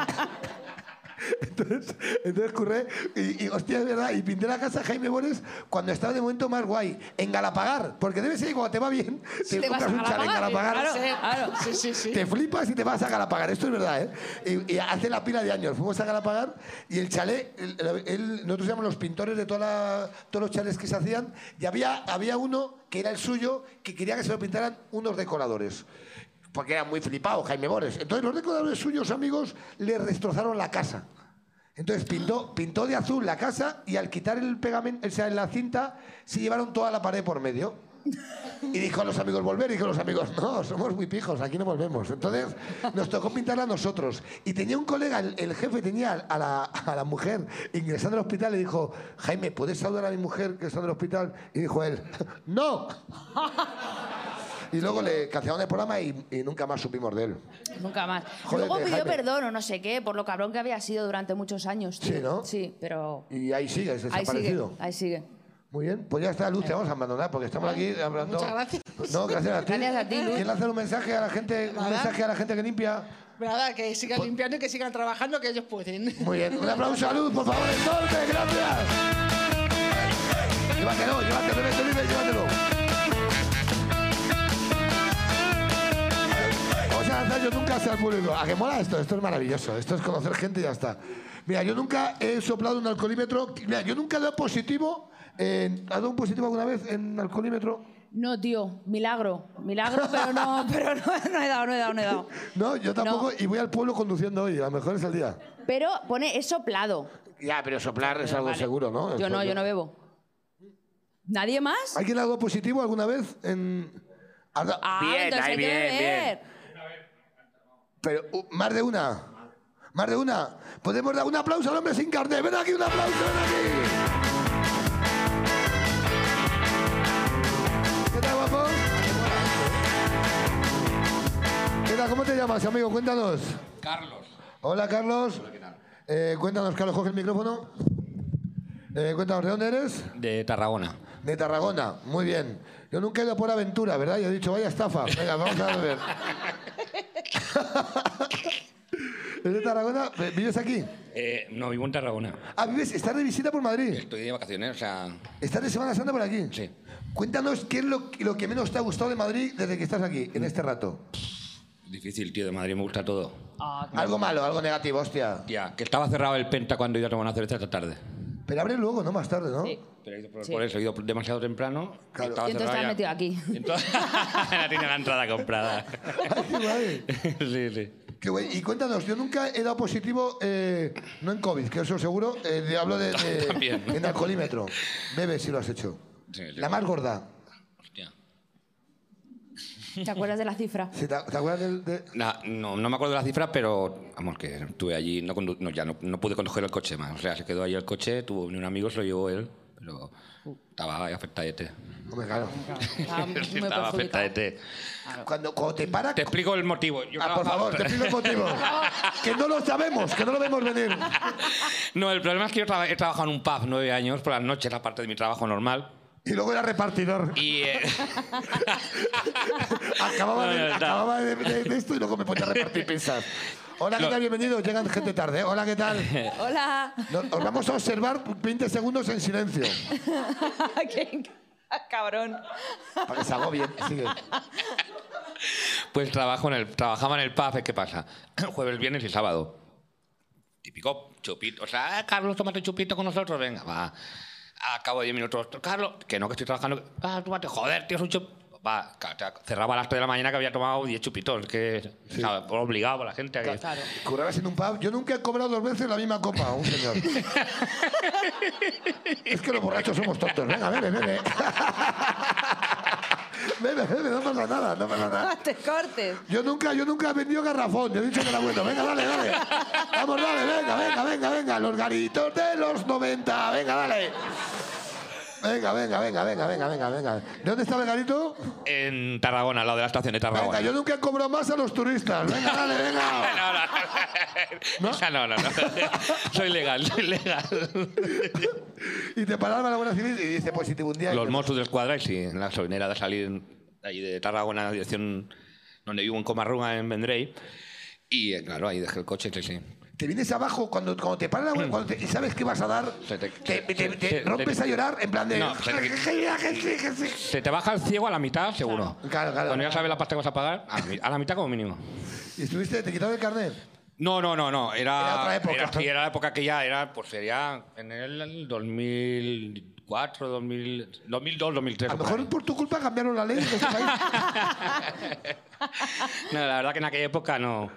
Speaker 2: Entonces, entonces curré y, y, hostia, es verdad, y pinté la casa a Jaime Bores cuando estaba de momento más guay, en Galapagar, porque debe ser que cuando te va bien, te,
Speaker 5: te vas
Speaker 2: compras
Speaker 5: a
Speaker 2: un chalet en
Speaker 5: Galapagar,
Speaker 2: Galapagar,
Speaker 5: Claro.
Speaker 4: Sí, sí, sí.
Speaker 2: te flipas y te vas a Galapagar, esto es verdad, ¿eh? Y, y hace la pila de años, fuimos a Galapagar y el chalet, el- el- nosotros éramos los pintores de toda la- todos los chalets que se hacían, y había, había uno que era el suyo, que quería que se lo pintaran unos decoradores. Porque era muy flipado, Jaime Bores. Entonces los decoradores suyos, amigos, le destrozaron la casa. Entonces pintó, pintó de azul la casa y al quitar el pegamento, o sea, la cinta, se llevaron toda la pared por medio. Y dijo a los amigos, volver. Y dijo a los amigos, no, somos muy pijos, aquí no volvemos. Entonces nos tocó pintarla a nosotros. Y tenía un colega, el, el jefe tenía a la, a la mujer ingresando al hospital y dijo, Jaime, ¿puedes saludar a mi mujer que está en el hospital? Y dijo él, no. Y luego le cancelaron el programa y, y nunca más supimos de él.
Speaker 5: Nunca más.
Speaker 2: Jódete,
Speaker 5: Luego pidió
Speaker 2: Jaime.
Speaker 5: perdón o no sé qué por lo cabrón que había sido durante muchos años. tío.
Speaker 2: Sí, ¿no?
Speaker 5: Sí, pero.
Speaker 2: Y ahí sigue, es
Speaker 5: Ahí sigue.
Speaker 2: desaparecido.
Speaker 5: Ahí sigue.
Speaker 2: Muy bien, pues ya está, Luz, te vamos a abandonar porque estamos aquí hablando...
Speaker 4: muchas gracias.
Speaker 2: No, gracias a ti.
Speaker 5: Gracias a ti, Luz.
Speaker 2: ¿Quién hacer un mensaje a la gente, un
Speaker 4: Nada.
Speaker 2: mensaje a la gente que limpia?
Speaker 4: Nada, que sigan
Speaker 2: Pues-
Speaker 4: limpiando y que sigan trabajando, que ellos pueden.
Speaker 2: Muy bien, un aplauso a Luz, por favor, enorme, gracias. Llévatelo, llévatelo, llévatelo, llévatelo, llévatelo. Vamos a lanzar yo nunca hacia el público. ¿A qué mola esto? Esto es maravilloso. Esto es conocer gente y ya está. Mira, yo nunca he soplado un alcoholímetro. Mira, yo nunca he dado positivo. en- ¿Has dado un positivo alguna vez en alcoholímetro?
Speaker 5: No, tío. Milagro. Milagro, pero no, pero no, no he dado, no he dado, no he dado.
Speaker 2: No, yo tampoco.
Speaker 5: No.
Speaker 2: Y voy al pueblo conduciendo hoy. A lo mejor es el día.
Speaker 5: Pero pone, es soplado.
Speaker 6: ya, pero soplar es
Speaker 5: Pero
Speaker 6: algo
Speaker 5: vale.
Speaker 6: seguro,
Speaker 2: Ah,
Speaker 6: ¿no?
Speaker 5: Yo no, yo no bebo. ¿Nadie más?
Speaker 2: ¿Alguien ha dado positivo alguna vez en...? ¿Has dado-
Speaker 5: Ah,
Speaker 6: Bien,
Speaker 5: entonces
Speaker 6: ahí,
Speaker 5: hay que
Speaker 6: bien,
Speaker 5: beber.
Speaker 2: Pero uh, más de una. Más de una. Podemos dar un aplauso al hombre sin carnet. Ven aquí, un aplauso, ven aquí. ¿Qué tal, guapo? ¿Qué tal? ¿Cómo te llamas, amigo? Cuéntanos. Carlos. Hola, Carlos. Eh, cuéntanos, Carlos, coge el micrófono. Eh, cuéntanos, ¿de dónde eres?
Speaker 1: De Tarragona.
Speaker 2: De Tarragona, muy bien. Yo nunca he ido por aventura, ¿verdad? Yo he dicho, vaya estafa. Venga, vamos a ver. ¿Eres de Tarragona? ¿Vi- ¿Vives aquí?
Speaker 8: Eh, no, vivo en Tarragona.
Speaker 2: Ah, vives, estás de visita por Madrid.
Speaker 8: Estoy de vacaciones, o sea...
Speaker 2: Estás de Semana Santa por aquí.
Speaker 8: Sí.
Speaker 2: Cuéntanos qué es lo, lo que menos te ha gustado de Madrid desde que estás aquí, en este rato.
Speaker 8: Difícil, tío, de Madrid me gusta todo.
Speaker 2: Algo malo, algo negativo, hostia.
Speaker 8: Tía, que estaba cerrado el Penta cuando iba a tomar una cerveza esta tarde.
Speaker 2: Pero abre luego, ¿no? Más tarde, ¿no?
Speaker 5: Sí.
Speaker 8: Pero he ido por, por eso, he ido demasiado temprano.
Speaker 2: Claro.
Speaker 8: estaba
Speaker 5: Y
Speaker 8: cerrado
Speaker 5: entonces te has
Speaker 8: ya.
Speaker 5: metido aquí.
Speaker 8: Y entonces- Ya tenía la entrada comprada.
Speaker 2: Ay, qué guay.
Speaker 8: sí, sí.
Speaker 2: Qué guay. Y cuéntanos, yo nunca he dado positivo, eh, no en COVID, que eso seguro, eh, de- hablo de, de-
Speaker 8: También.
Speaker 2: en alcoholímetro. Bebe si lo has hecho.
Speaker 8: Sí, sí.
Speaker 2: La más gorda.
Speaker 8: Hostia.
Speaker 5: ¿Te acuerdas de la cifra?
Speaker 2: ¿Sí, ¿Te te acuerdas del...? de-
Speaker 8: Na- no, no me acuerdo la cifra, pero vamos, que estuve allí, no, condu- no, ya no, no pude conducir el coche más. O sea, se quedó ahí el coche, tuvo un amigo, se lo llevó él, pero estaba afectadete.
Speaker 2: Hombre, claro.
Speaker 5: Estaba muy
Speaker 8: estaba
Speaker 5: perjudicado.
Speaker 8: afectadete.
Speaker 2: Cuando, cuando te para...
Speaker 8: Te explico el motivo. Yo
Speaker 2: Ah, por
Speaker 8: trabajaba-
Speaker 2: favor, te pido el motivo. que no lo sabemos, que no lo vemos venir.
Speaker 8: No, el problema es que yo traba- he trabajado en un pub nueve años por las noches, aparte de mi trabajo normal.
Speaker 2: Y luego era repartidor.
Speaker 8: Y. eh,
Speaker 2: Acababa, de,
Speaker 8: No, no, no.
Speaker 2: acababa de, de- de esto y luego me ponía a repartir pizzas. Hola, ¿qué
Speaker 8: No.
Speaker 2: tal? Bienvenidos. Llegan gente tarde. ¿eh? Hola, ¿qué tal?
Speaker 5: Hola.
Speaker 2: No, os vamos a observar 20 segundos en silencio.
Speaker 5: Qué ah, Cabrón.
Speaker 2: Para que se agobien. Sigue.
Speaker 8: Pues trabajo en el, trabajaba en el pub, ¿qué pasa? Jueves, viernes y sábado. Típico chupito. O sea, "Ah, Carlos, tómate chupito con nosotros, venga, va. A cabo de 10 minutos, Carlos, que no, que estoy trabajando. Ah, tómate, joder, tío, es un chupito. Va, ca- ca- cerraba a las 3 de la mañana que había tomado 10 chupitos, que ¿sabes? obligaba a la gente a que...
Speaker 2: Currabas en un pub. Yo nunca he cobrado dos veces la misma copa a un señor. es que los borrachos somos tontos. Venga, bebe, bebe. bebe, bebe, no pasa nada, no pasa nada.
Speaker 9: te cortes.
Speaker 2: Yo nunca, yo nunca he vendido garrafón, te he dicho que era bueno. Venga, dale, dale. Vamos, dale, venga, venga, venga, venga. Los garitos de los 90, venga, dale. Venga, venga, venga, venga, venga, venga, venga. ¿De dónde está el garito?
Speaker 8: En Tarragona, al lado de la estación de Tarragona.
Speaker 2: Venga, yo nunca he cobrado más a los turistas. Venga, dale, venga.
Speaker 8: No, no,
Speaker 2: ¿No?
Speaker 8: no. Esa no, no, no. Soy legal, soy legal.
Speaker 2: Y te paraba la Guardia Civil y dice, pues si te hundía...
Speaker 8: Los Mossos del Escuadra y sí, en la gasolinera de salir de allí de Tarragona, en la dirección donde vivo en Comarruga, en Vendrell. Y eh, claro, ahí dejé el coche, sí, sí.
Speaker 2: Te vienes abajo cuando, cuando te para la Guardia cuando te- y sabes qué vas a dar. Te,
Speaker 8: Se te-
Speaker 2: te-
Speaker 8: se-
Speaker 2: te-
Speaker 8: se-
Speaker 2: te
Speaker 8: se-
Speaker 2: rompes
Speaker 8: se-
Speaker 2: a llorar en plan de...
Speaker 8: No, se te- Se te baja el ciego a la mitad, seguro.
Speaker 2: Claro, claro.
Speaker 8: Cuando ya sabes la pasta que vas a pagar, a, la mi- a la mitad como mínimo.
Speaker 2: ¿Y estuviste? ¿Te quitaron el carnet?
Speaker 8: No, no, no, no. Era,
Speaker 2: Era otra época.
Speaker 8: Era, sí, era la época que ya era, pues sería en el 2004, 2000, 2002, 2003.
Speaker 2: A lo
Speaker 8: por ahí.
Speaker 2: mejor por tu culpa cambiaron la ley. de este país.
Speaker 8: No, la verdad que en aquella época no.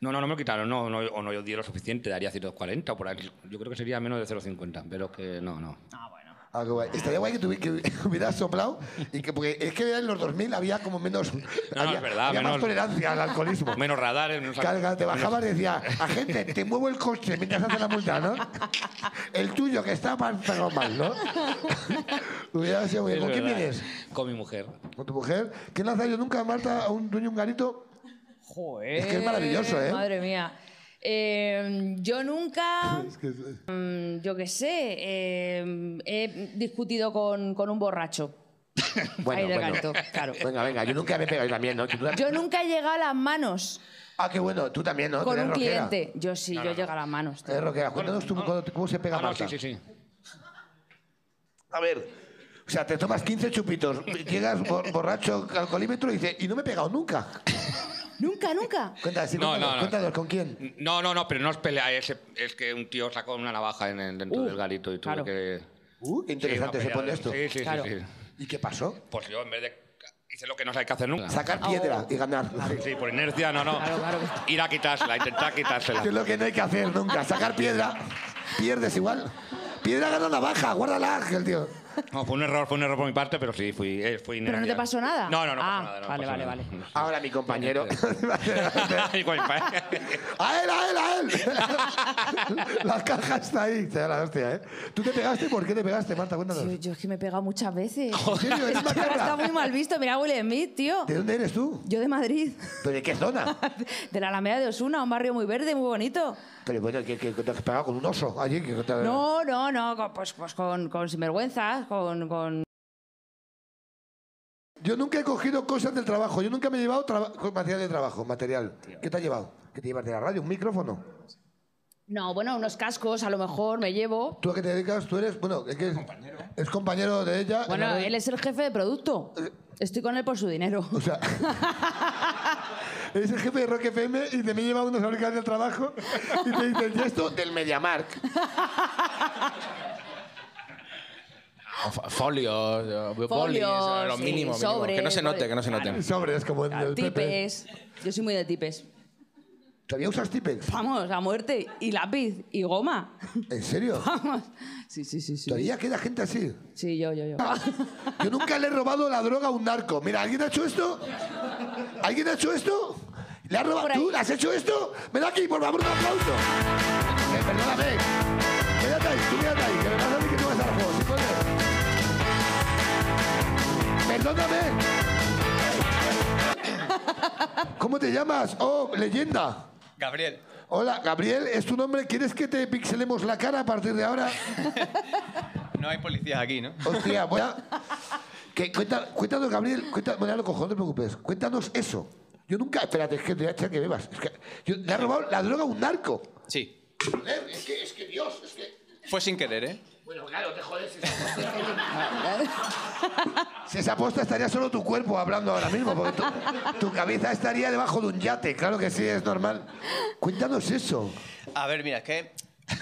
Speaker 8: No, no, no me lo quitaron, no, no, o no yo di lo suficiente, daría 140 o por ahí. Yo creo que sería menos de 0,50, pero que no, no.
Speaker 2: Ah, qué guay. Estaría guay que, tuvi- que hubieras soplado y que porque es que en los 2000 había como menos
Speaker 8: no,
Speaker 2: había,
Speaker 8: es verdad,
Speaker 2: había más
Speaker 8: menos-
Speaker 2: tolerancia al alcoholismo.
Speaker 8: Pues Menos radares, menos...
Speaker 2: Carga, te
Speaker 8: menos-
Speaker 2: bajabas y decía, agente, te muevo el coche mientras hace la multa, ¿no? El tuyo, que está más pegado mal, ¿no? Hubiera sido muy
Speaker 8: Es
Speaker 2: bien. ¿Con quién
Speaker 8: verdad.
Speaker 2: vienes?
Speaker 8: Con mi mujer.
Speaker 2: ¿Con tu mujer? ¿Quién lanza yo nunca, Marta, a un dueño un garito?
Speaker 9: Joder.
Speaker 2: Es que es maravilloso, ¿eh?
Speaker 5: Madre mía. Eh, yo nunca,
Speaker 2: Es que es-
Speaker 5: mm, yo qué sé, eh, he discutido con, con un borracho. Ahí de gato, claro.
Speaker 2: Venga, venga, yo nunca me he pegado yo también, ¿no? Tú tam-
Speaker 5: Yo nunca he llegado a las manos
Speaker 2: Ah, qué bueno, tú también, ¿no? Tú
Speaker 5: con
Speaker 2: eres
Speaker 5: un
Speaker 2: rockera.
Speaker 5: cliente. Yo sí, yo llego a las manos. tío.
Speaker 2: Eres rockera. Cuéntanos tú cuando- cómo se pega
Speaker 8: Ah, no,
Speaker 2: Marta.
Speaker 8: sí, sí, sí.
Speaker 2: A ver, o sea, te tomas 15 chupitos, llegas bor- borracho al colímetro y dices, y no me he pegado nunca.
Speaker 5: Nunca, nunca.
Speaker 2: Cuéntanos, sí,
Speaker 8: No,
Speaker 2: cuéntanos,
Speaker 8: no, no.
Speaker 2: cuéntanos, ¿con quién?
Speaker 8: No, no, no, pero no es pelea, es, es que un tío sacó una navaja en, el- dentro
Speaker 5: Uh,
Speaker 8: del garito y tuve
Speaker 5: claro.
Speaker 8: que...
Speaker 2: Uh, qué interesante
Speaker 8: Sí,
Speaker 2: se
Speaker 8: una
Speaker 2: pone
Speaker 8: pelea.
Speaker 2: esto.
Speaker 8: Sí, sí, sí,
Speaker 5: Claro.
Speaker 8: sí.
Speaker 2: ¿Y qué pasó?
Speaker 8: Pues yo en vez de... Hice lo que no hay que hacer nunca.
Speaker 2: Sacar piedra
Speaker 5: Oh.
Speaker 2: y ganar.
Speaker 5: Ah,
Speaker 8: Sí, sí, por inercia, no, no. Ir a quitársela, intentar quitársela.
Speaker 2: Que es lo que no hay que hacer nunca, sacar piedra. Pierdes igual. Piedra gana navaja, guárdala, Ángel, tío.
Speaker 8: No, fue un error, fue un error por mi parte, pero sí, fui, eh, fui
Speaker 5: ¿Pero no te
Speaker 8: inercia.
Speaker 5: pasó nada?
Speaker 8: No, no, no
Speaker 5: Ah,
Speaker 8: pasó nada. no
Speaker 5: vale,
Speaker 8: pasó
Speaker 5: vale,
Speaker 8: nada.
Speaker 5: vale.
Speaker 2: Ahora mi compañero.
Speaker 8: Igual, pa-
Speaker 2: ¡A él, a él, a él! La caja está ahí. Te da la hostia, ¿eh? ¿Tú te pegaste? ¿Por qué te pegaste, Marta? Cuéntanos.
Speaker 5: Tío, yo es que me he pegado muchas veces.
Speaker 2: ¿En serio? ¿Eres
Speaker 5: Es que ahora
Speaker 2: macabra?
Speaker 5: está muy mal visto. Mira a Will Smith, tío.
Speaker 2: ¿De dónde eres tú?
Speaker 5: Yo de Madrid.
Speaker 2: ¿Pero de qué zona?
Speaker 5: De la Alameda de Osuna, un barrio muy verde, muy bonito.
Speaker 2: Pero bueno, que, que- que te has pegado con un oso allí. Que, que te-
Speaker 5: No, no, no, con- pues, pues con, con sinvergüenzas, con, con...
Speaker 2: Yo nunca he cogido cosas del trabajo. Yo nunca me he llevado traba- con material de trabajo, material. ¿Qué te has llevado? ¿Qué te llevas de la radio? ¿Un micrófono?
Speaker 5: No, bueno, unos cascos a lo mejor me llevo.
Speaker 2: ¿Tú a qué te dedicas? Tú eres, bueno, es que es compañero, es compañero de ella. en la
Speaker 5: Bueno,
Speaker 2: radio.
Speaker 5: él es el jefe de producto.
Speaker 2: Eh.
Speaker 5: Estoy con él por su dinero.
Speaker 2: O sea, es el jefe de Rock FM y te me lleva unos auriculares del trabajo y te dicen, ¿y esto? Del Mediamark.
Speaker 6: F- Folios, eh, bolis,
Speaker 5: Folios,
Speaker 6: eh, lo
Speaker 5: sí,
Speaker 6: mínimo, mínimo.
Speaker 5: sobres,
Speaker 6: que no se note,
Speaker 5: sobres.
Speaker 6: que no se note.
Speaker 2: Sobres como en el PP.
Speaker 5: Tipes. Yo soy muy de tipes.
Speaker 2: ¿Todavía usas Tipex?
Speaker 5: Vamos, a muerte. Y lápiz, y goma.
Speaker 2: ¿En serio?
Speaker 5: Vamos. Sí, sí, sí. sí.
Speaker 2: ¿Todavía queda gente así?
Speaker 5: Sí, yo, yo, yo.
Speaker 2: Ah. Yo nunca le he robado la droga a un narco. Mira, ¿alguien ha hecho esto? ¿Alguien ha hecho esto? ¿Le has robado? ¿Tú le has hecho esto? Ven aquí, por favor, un aplauso. Eh, perdóname. Quédate ahí, tú quédate ahí, que me vas a mí que tú vas al juego, ¿sí, coño? Perdóname. Eh, ¿Cómo te llamas? Oh, leyenda.
Speaker 10: Gabriel,
Speaker 2: Hola, Gabriel, ¿es tu nombre? ¿Quieres que te pixelemos la cara a partir de ahora?
Speaker 10: no hay policías aquí, ¿no?
Speaker 2: Hostia, voy a... Que cuenta- cuéntanos, Gabriel, cuéntanos, bueno, ya lo cojo, no te preocupes. Cuéntanos eso. Yo nunca, espérate, es que te voy a echar que bebas. Es que yo- le ha robado la droga a un narco.
Speaker 10: Sí.
Speaker 2: Joder, Es que, es que Dios, es que...
Speaker 10: Fue sin querer, ¿eh?
Speaker 2: Bueno, claro, te jodes. si se aposta. Si se aposta estaría solo tu cuerpo hablando ahora mismo, porque tu, tu cabeza estaría debajo de un yate, claro que sí, es normal. Cuéntanos eso.
Speaker 10: A ver, mira, es que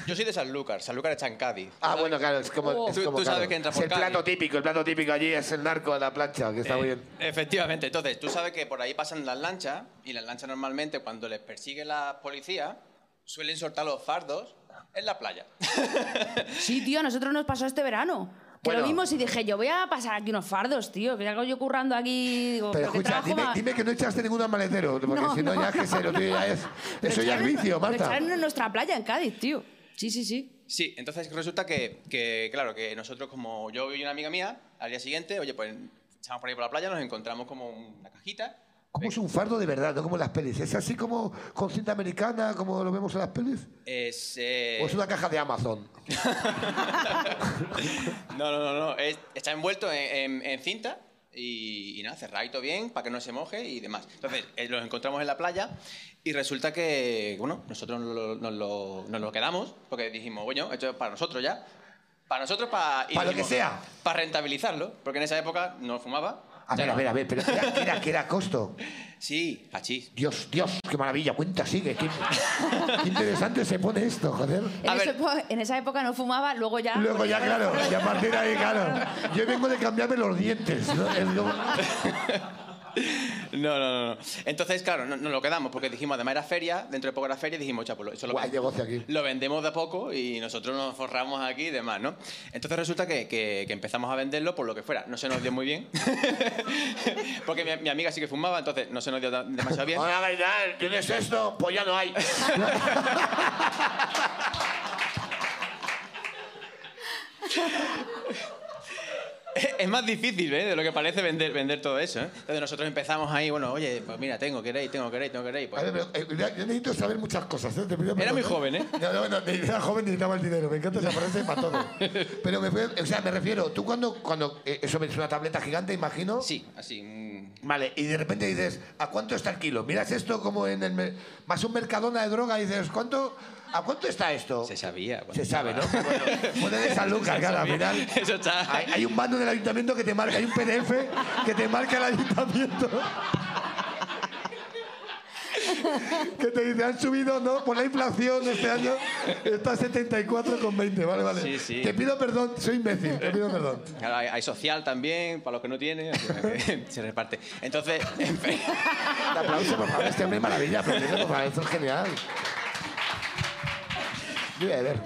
Speaker 10: yo soy de Sanlúcar. Sanlúcar está en Cádiz.
Speaker 2: Ah, bueno, claro, es como... es
Speaker 10: Tú-
Speaker 2: como,
Speaker 10: tú sabes
Speaker 2: claro.
Speaker 10: que entra
Speaker 2: Es
Speaker 10: por
Speaker 2: el
Speaker 10: Cádiz.
Speaker 2: plato típico, el plato típico allí es el narco a la plancha, que está muy
Speaker 10: Eh,
Speaker 2: bien.
Speaker 10: Efectivamente, entonces tú sabes que por ahí pasan las lanchas y las lanchas normalmente cuando les persigue la policía suelen soltar los fardos en la playa.
Speaker 5: Sí, tío, a nosotros nos pasó este verano. Que
Speaker 10: Bueno.
Speaker 5: lo vimos y dije, yo voy a pasar aquí unos fardos, tío. Que hago yo currando aquí. Digo,
Speaker 2: Pero
Speaker 5: ¿por qué
Speaker 2: escucha,
Speaker 5: trabajo
Speaker 2: dime,
Speaker 5: más?
Speaker 2: dime que no echaste ningún maletero, porque
Speaker 5: No,
Speaker 2: si no,
Speaker 5: no.
Speaker 2: ya es que se lo tuyo ya es. Eso ya es vicio,
Speaker 5: Lo
Speaker 2: Marta.
Speaker 5: echaron en nuestra playa, en Cádiz, tío. Sí, sí, sí.
Speaker 10: Sí, entonces resulta que, que, claro, que nosotros como yo y una amiga mía, al día siguiente, oye, pues estamos por ahí por la playa, nos encontramos como una cajita.
Speaker 2: ¿Cómo es un fardo de verdad, no como en las pelis? ¿Es así como con cinta americana, como lo vemos en las pelis?
Speaker 10: Es, eh,
Speaker 2: ¿O es una caja de Amazon?
Speaker 10: No, no, no, no. es- está envuelto en, en- en cinta y, y nada, cerradito bien para que no se moje y demás. Entonces, eh, los encontramos en la playa y resulta que, bueno, nosotros nos lo, nos lo- nos lo quedamos porque dijimos, bueno, esto es para nosotros ya. Para nosotros, para...
Speaker 2: Para lo que sea. Ah,
Speaker 10: Para rentabilizarlo, porque en esa época no fumaba.
Speaker 2: A ver, a ver, a ver, pero ¿qué era, qué era, qué era costo?
Speaker 10: Sí, achís.
Speaker 2: Dios, Dios, qué maravilla, cuenta sigue. Qué, qué interesante se pone esto, joder.
Speaker 5: En, esa época- en esa época no fumaba, luego ya.
Speaker 2: Luego ya, claro, y a partir de ahí, claro. Yo vengo de cambiarme los dientes, ¿no? Es como-
Speaker 10: No, no, no, no. Entonces, claro, no- nos lo quedamos porque dijimos, además era feria, dentro de poco era feria y dijimos, chapulo, eso lo,
Speaker 2: Guay,
Speaker 10: ven-
Speaker 2: negocio aquí.
Speaker 10: lo vendemos de a poco y nosotros nos forramos aquí y demás, ¿no? Entonces resulta que, que- que empezamos a venderlo por lo que fuera. No se nos dio muy bien, porque mi, mi amiga sí que fumaba, entonces no se nos dio da- demasiado bien.
Speaker 2: Hola, Gaidar, ¿tienes esto? Pues ya no hay.
Speaker 10: es más difícil, ¿eh? De lo que parece vender, vender todo eso, ¿eh? Entonces nosotros empezamos ahí, bueno, oye, pues mira, tengo, queréis, tengo, queréis, tengo, queréis.
Speaker 2: A
Speaker 10: pues-
Speaker 2: ver, pero, eh, ya- yo necesito saber muchas cosas. ¿eh? Te pido
Speaker 10: Era
Speaker 2: perdón,
Speaker 10: muy
Speaker 2: ¿eh?
Speaker 10: joven, ¿eh?
Speaker 2: No, no, no, ni era joven ni daba el dinero. Me encanta esa frase para todo. Pero me, fue- o sea, me refiero, tú cuando, cuando eh, eso es una tableta gigante, imagino.
Speaker 10: Sí, así. mm,
Speaker 2: Vale, y de repente dices, ¿a cuánto está el kilo? Miras esto como en el... mer- Más un mercadona de droga y dices, ¿cuánto, ¿a cuánto está esto?
Speaker 10: Se sabía.
Speaker 2: Se sabe, ¿no?
Speaker 10: estaba-
Speaker 2: Ah, Bueno, puede de San Lucas,
Speaker 10: Se
Speaker 2: claro, al
Speaker 10: sabía.
Speaker 2: final.
Speaker 10: Eso está.
Speaker 2: Hay, hay un bando del ayuntamiento que te marca, hay un PDF que te marca el ayuntamiento. que te dice, han subido, ¿no? Por la inflación este año está a 74,20. Vale, vale.
Speaker 10: Sí, sí.
Speaker 2: Te pido perdón, soy imbécil, te pido perdón.
Speaker 10: Claro, hay, hay social también, para los que no tienen, así que se reparte. Entonces, en fin,
Speaker 2: Un aplauso, por favor, este hombre es maravilla, aplaudirle, por favor, esto es genial. Yo voy a ver.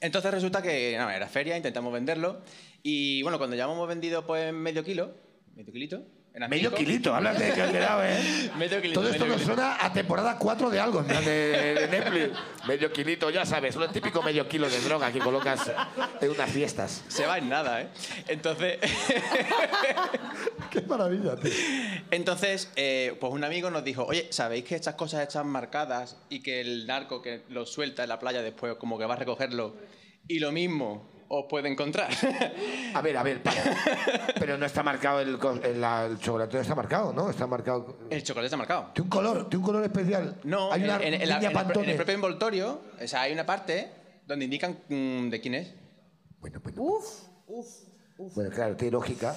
Speaker 10: entonces resulta que no, era feria, intentamos venderlo y bueno, cuando ya hemos vendido pues medio kilo, medio kilito, eran
Speaker 2: Medio
Speaker 10: cinco.
Speaker 2: kilito, hablas de que has quedado, ¿eh?
Speaker 10: Medio kilito.
Speaker 2: Todo esto
Speaker 10: medio
Speaker 2: nos
Speaker 10: kilito.
Speaker 2: suena a temporada 4 de algo, en plan de, de Netflix. Medio kilito, ya sabes, lo típico medio kilo de droga que colocas en unas fiestas.
Speaker 10: Se va en nada, ¿eh? Entonces,
Speaker 2: Qué maravilla, tío.
Speaker 10: entonces eh, pues un amigo nos dijo, oye, ¿sabéis que estas cosas están marcadas y que el narco que lo suelta en la playa después como que va a recogerlo y lo mismo os puede encontrar?
Speaker 2: A ver, a ver, para. Pero no está marcado el, co- el, la- el chocolate, no está marcado, ¿no? Está marcado.
Speaker 10: el chocolate está marcado.
Speaker 2: Tiene un color, tiene un color especial.
Speaker 10: No,
Speaker 2: hay una
Speaker 10: en, en- en
Speaker 2: línea
Speaker 10: la- en el pro- en
Speaker 2: Pantone.
Speaker 10: el propio envoltorio, o sea, hay una parte donde indican mm, de quién es.
Speaker 2: Bueno, bueno. Uf, uf, uf. Bueno, claro, tiene lógica.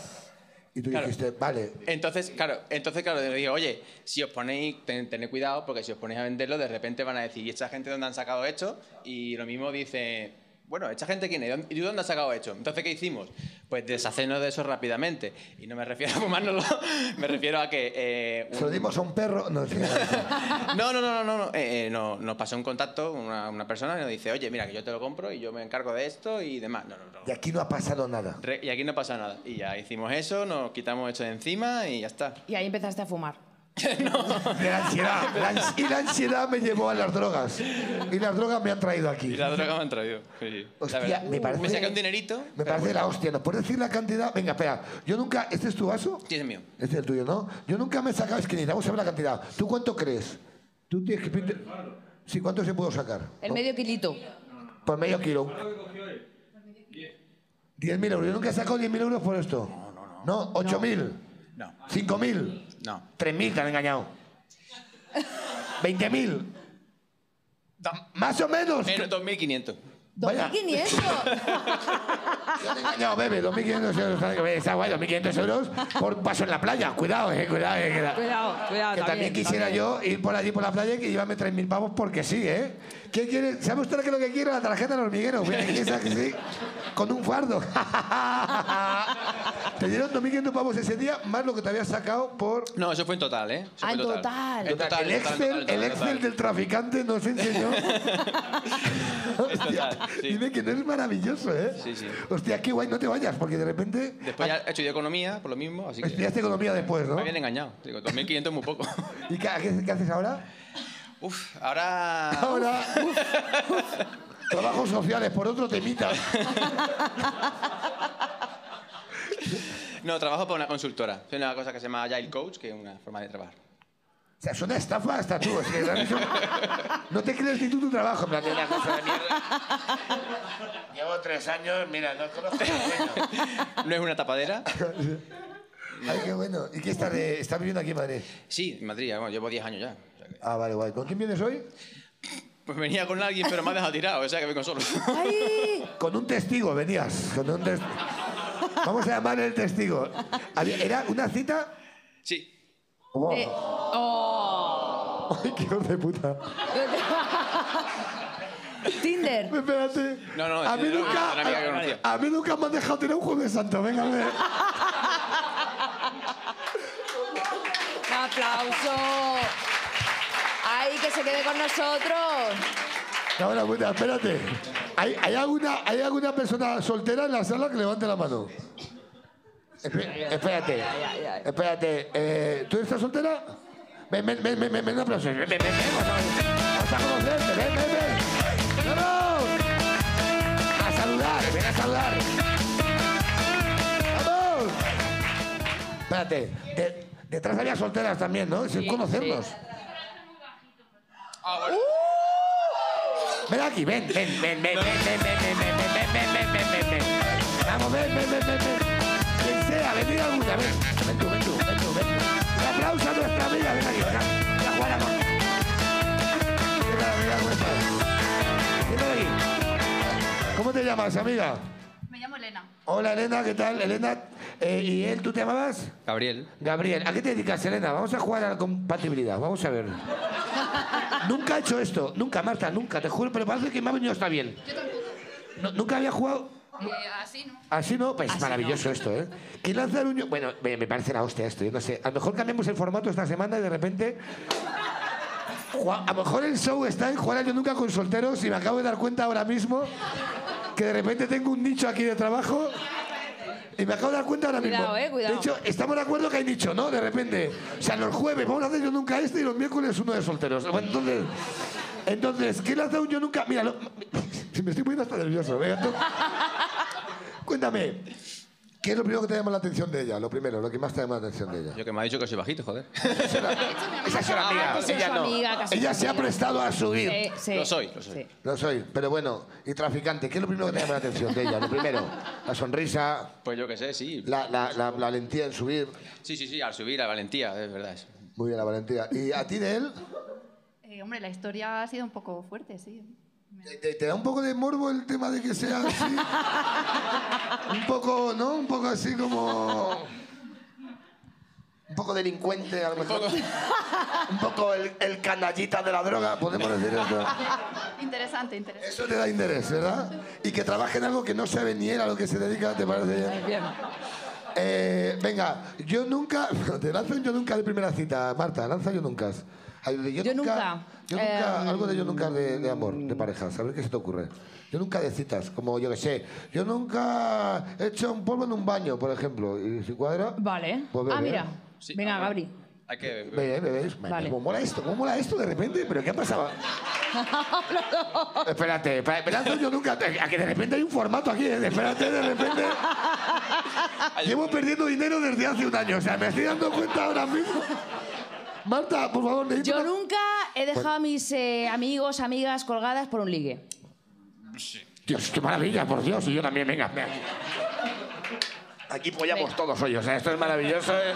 Speaker 2: Y tú
Speaker 10: Claro.
Speaker 2: dijiste, vale,
Speaker 10: Entonces, claro, entonces, claro, le digo, oye, si os ponéis, ten- tened cuidado, porque si os ponéis a venderlo, de repente van a decir, ¿y esta gente dónde han sacado esto? Y lo mismo dice, bueno, ¿esta gente quién es? ¿Y de dónde ha sacado esto? Entonces, ¿qué hicimos? Pues deshacernos de eso rápidamente. Y no me refiero a fumárnoslo, me refiero a que... eh,
Speaker 2: Se lo dimos a un perro. No, sí.
Speaker 10: no, no, no, no, no, no. Eh, eh, no- nos pasó un contacto, una, una persona, y nos dice, oye, mira, que yo te lo compro y yo me encargo de esto y demás. No, no, no.
Speaker 2: Y aquí no ha pasado nada.
Speaker 10: Re- y aquí no pasa nada. Y ya hicimos eso, nos quitamos esto de encima y ya está.
Speaker 5: Y ahí empezaste a fumar.
Speaker 2: De la ansiedad. La ans- y la ansiedad me llevó a las drogas. Y las drogas me han traído aquí.
Speaker 10: Y la droga me han traído. Sí, sí. La
Speaker 2: Hostia,
Speaker 10: verdad.
Speaker 2: me parece-
Speaker 10: Me saqué un dinerito.
Speaker 2: Me parece la hostia. ¿Nos puedes decir la cantidad? Venga, espera. Yo nunca... ¿Este es tu vaso?
Speaker 10: Sí, es mío.
Speaker 2: Este es el tuyo, ¿no? Yo nunca me he sacado esquinita. Vamos a ver la cantidad. ¿Tú cuánto crees? ¿Tú tienes que... pinte- Sí, ¿cuánto se pudo sacar?
Speaker 5: El medio kilito.
Speaker 2: Por medio kilo. 10.000 euros. Yo nunca he sacado 10.000 euros por esto. No, no, no. ¿No? 8.000.
Speaker 10: No.
Speaker 2: 5.000.
Speaker 10: No.
Speaker 2: 3.000 te han engañado. 20.000. Más o menos.
Speaker 10: Menos 2.500.
Speaker 2: Vaya.
Speaker 5: 500.
Speaker 2: Ah, No, bebe, 2.500 euros. Está guay, 2.500 euros por un paso en la playa. Cuidado, eh, cuidado. eh, cuidado.
Speaker 5: Cuidado, cuidado.
Speaker 2: Que también quisiera yo ir por allí por la playa y llevarme 3.000 pavos porque sí, ¿eh? ¿Qué quiere? ¿Sabe usted que lo que quiero? La tarjeta del hormiguero. Mira, que esa que sí, Con un fardo. te dieron 2.500 pavos ese día, más lo que te habías sacado por...
Speaker 10: No, eso fue en total, ¿eh? Eso
Speaker 5: Ah, en
Speaker 10: fue
Speaker 5: total.
Speaker 10: En total,
Speaker 2: el
Speaker 10: en total, en
Speaker 2: Excel,
Speaker 10: total, en
Speaker 2: el
Speaker 10: total, en
Speaker 2: Excel
Speaker 10: total.
Speaker 2: del traficante nos enseñó.
Speaker 10: En total, sí.
Speaker 2: Dime que no es maravilloso, ¿eh?
Speaker 10: Sí, sí.
Speaker 2: Hostia, qué guay, no te vayas, porque de repente
Speaker 10: Después ya estudié economía, por lo mismo, así que...
Speaker 2: estudiaste economía después, Pues ¿no?
Speaker 10: Me habían engañado. Digo, 2.500 es muy poco.
Speaker 2: ¿Y qué, qué- qué haces ahora?
Speaker 10: Uf, ahora...
Speaker 2: Ahora. Trabajos sociales, por otro temita.
Speaker 10: No, trabajo para una consultora. Soy una cosa que se llama Agile Coach, que es una forma de trabajar.
Speaker 2: O sea, es una estafa hasta tú. es que ahora mismo no te crees ni tú tu trabajo. en plan, de una cosa de mierda. Llevo tres años, mira, no conozco a
Speaker 10: No es una tapadera.
Speaker 2: Ay, qué bueno. ¿Y qué estás, de- estás viviendo aquí en Madrid?
Speaker 10: Sí, en Madrid, bueno, llevo 10 años ya. O sea que-
Speaker 2: Ah, vale, guay. ¿Con quién vienes hoy?
Speaker 10: Pues venía con alguien, pero me ha dejado tirado, o sea que vengo solo.
Speaker 5: ¡Ay!
Speaker 2: Con un testigo venías. Con un tes- Vamos a llamar el testigo. Había- Era una cita.
Speaker 10: Sí,
Speaker 2: Wow.
Speaker 5: Eh, oh.
Speaker 2: Ay, qué hijo de puta.
Speaker 5: Tinder.
Speaker 2: Espérate.
Speaker 10: No, no,
Speaker 2: a mí,
Speaker 10: es una
Speaker 2: nunca,
Speaker 10: amiga que conocía.
Speaker 2: a, mí nunca me han dejado tirar un jueves santo. Venga, a ver.
Speaker 5: Un aplauso. ¡Ay, que se quede con nosotros!
Speaker 2: No, no, bueno, espérate. ¿Hay, hay alguna, ¿Hay alguna persona soltera en la sala que levante la mano? Espe- Espérate. Espérate. Eh, ¿Tú estás soltera? Ven, ven, ven, ven, ven, ven, un aplauso. Ven, ven, ven, ven, vamos a- vamos a conocerte. Ven, ven, ven. ¡Vamos! A saludar, ven a saludar. ¡Vamos! Espérate. de- detrás había solteras también, ¿no? Sin conocernos. Ven aquí, ven, ven, ven, ven, ven, ven, ven, ven, ven, ven, ven, ven, ven, ven, ven. Vamos, ven, ven, ven, ven, ven. Quien sea, venid alguna, ven. Ven tú, ven tú, ven tú, ven tú. Un aplauso a nuestra amiga, ven aquí, ven acá. Ven a jugar a Mon- Ven a- ven a jugar. Ven aquí. ¿Cómo te llamas, amiga?
Speaker 11: Me llamo Elena.
Speaker 2: Hola, Elena, ¿qué tal? Elena, eh, ¿y él tú te llamabas?
Speaker 10: Gabriel.
Speaker 2: Gabriel, ¿a qué te dedicas, Elena? Vamos a jugar a la compatibilidad, vamos a ver. nunca he hecho esto, nunca, Marta, nunca, te juro, pero parece que me ha venido hasta bien.
Speaker 11: Yo tampoco.
Speaker 2: No- nunca había jugado
Speaker 11: Eh, así no.
Speaker 2: así, ¿no?
Speaker 5: Ah,
Speaker 2: Pues es maravilloso esto, ¿eh? Que lanzar un... ño- Bueno, me, me parece la hostia esto, yo no sé. A lo mejor cambiamos el formato esta semana y de repente... Ju- A lo mejor el show está en jugar a yo nunca con solteros y me acabo de dar cuenta ahora mismo que de repente tengo un nicho aquí de trabajo y me acabo de dar cuenta ahora
Speaker 5: Cuidado,
Speaker 2: mismo.
Speaker 5: eh, cuidado.
Speaker 2: De hecho, estamos de acuerdo que hay nicho, ¿no? De repente. O sea, los jueves vamos a hacer yo nunca este y los miércoles uno de solteros. Bueno, entonces, entonces, ¿qué le hace un yo nunca? Mira, lo- me estoy poniendo hasta nervioso. ¿eh? venga, tú. Cuéntame, ¿qué es lo primero que te llama la atención de ella? Lo primero, lo que más te llama la atención de ella.
Speaker 10: Yo que me ha dicho que soy bajito, joder.
Speaker 2: Esa es una amiga,
Speaker 5: Ah, que soy
Speaker 2: ella
Speaker 5: su
Speaker 2: no.
Speaker 5: amiga, que soy
Speaker 2: Ella
Speaker 5: su
Speaker 2: se ha
Speaker 5: amiga.
Speaker 2: prestado a subir.
Speaker 5: Sí, sí.
Speaker 10: Lo soy, lo soy.
Speaker 5: Sí.
Speaker 2: No soy, pero bueno, y traficante, ¿qué es lo primero que te llama la atención de ella? Lo primero, la sonrisa,
Speaker 10: Pues yo que sé, sí.
Speaker 2: la, la, la, la valentía en subir,
Speaker 10: Sí, sí, sí, al subir, la valentía, es verdad. eso.
Speaker 2: muy bien la valentía. ¿Y a ti de él?
Speaker 11: Eh, hombre, la historia ha sido un poco fuerte, sí.
Speaker 2: ¿Te, te- te da un poco de morbo el tema de que sea así? un poco, ¿no? Un poco así como... Un poco delincuente, a lo mejor. Un poco el, el canallita de la droga, podemos decir eso.
Speaker 11: Interesante, interesante.
Speaker 2: Eso te da interés, ¿verdad? Y que trabaje en algo que no sabe ni él a lo que se dedica, ¿te parece bien?
Speaker 4: Bien.
Speaker 2: Eh, venga, yo nunca. Te lanzo un yo nunca de primera cita, Marta, lanza yo nunca. Ay, de Yo,
Speaker 5: nunca.
Speaker 2: Yo nunca
Speaker 5: Em,
Speaker 2: algo de yo nunca de, de amor, de pareja, a ver qué se te ocurre. Yo nunca de citas, como yo que sé. Yo nunca he hecho un polvo en un baño, por ejemplo. Y si cuadra.
Speaker 5: Vale.
Speaker 2: Pues bebe.
Speaker 5: ah, mira. Venga, Gabri.
Speaker 10: Hay que
Speaker 2: Bebe, bebe.
Speaker 5: Vale.
Speaker 2: ¿Cómo mola esto? ¿Cómo mola esto de repente? ¿Pero qué ha pasado? Espérate, espérate, me lanzo yo nunca. A que de repente hay un formato aquí, ¿eh? Espérate, de repente. Llevo perdiendo dinero desde hace un año, o sea, me estoy dando cuenta ahora mismo. Marta, por favor, necesito.
Speaker 5: Yo
Speaker 2: una-
Speaker 5: nunca he
Speaker 2: pues-
Speaker 5: dejado a mis eh, amigos, amigas colgadas por un ligue.
Speaker 2: Dios, qué maravilla, por Dios, y yo también, venga. venga. Aquí apoyamos todos hoy, o sea, esto es maravilloso. ¿eh?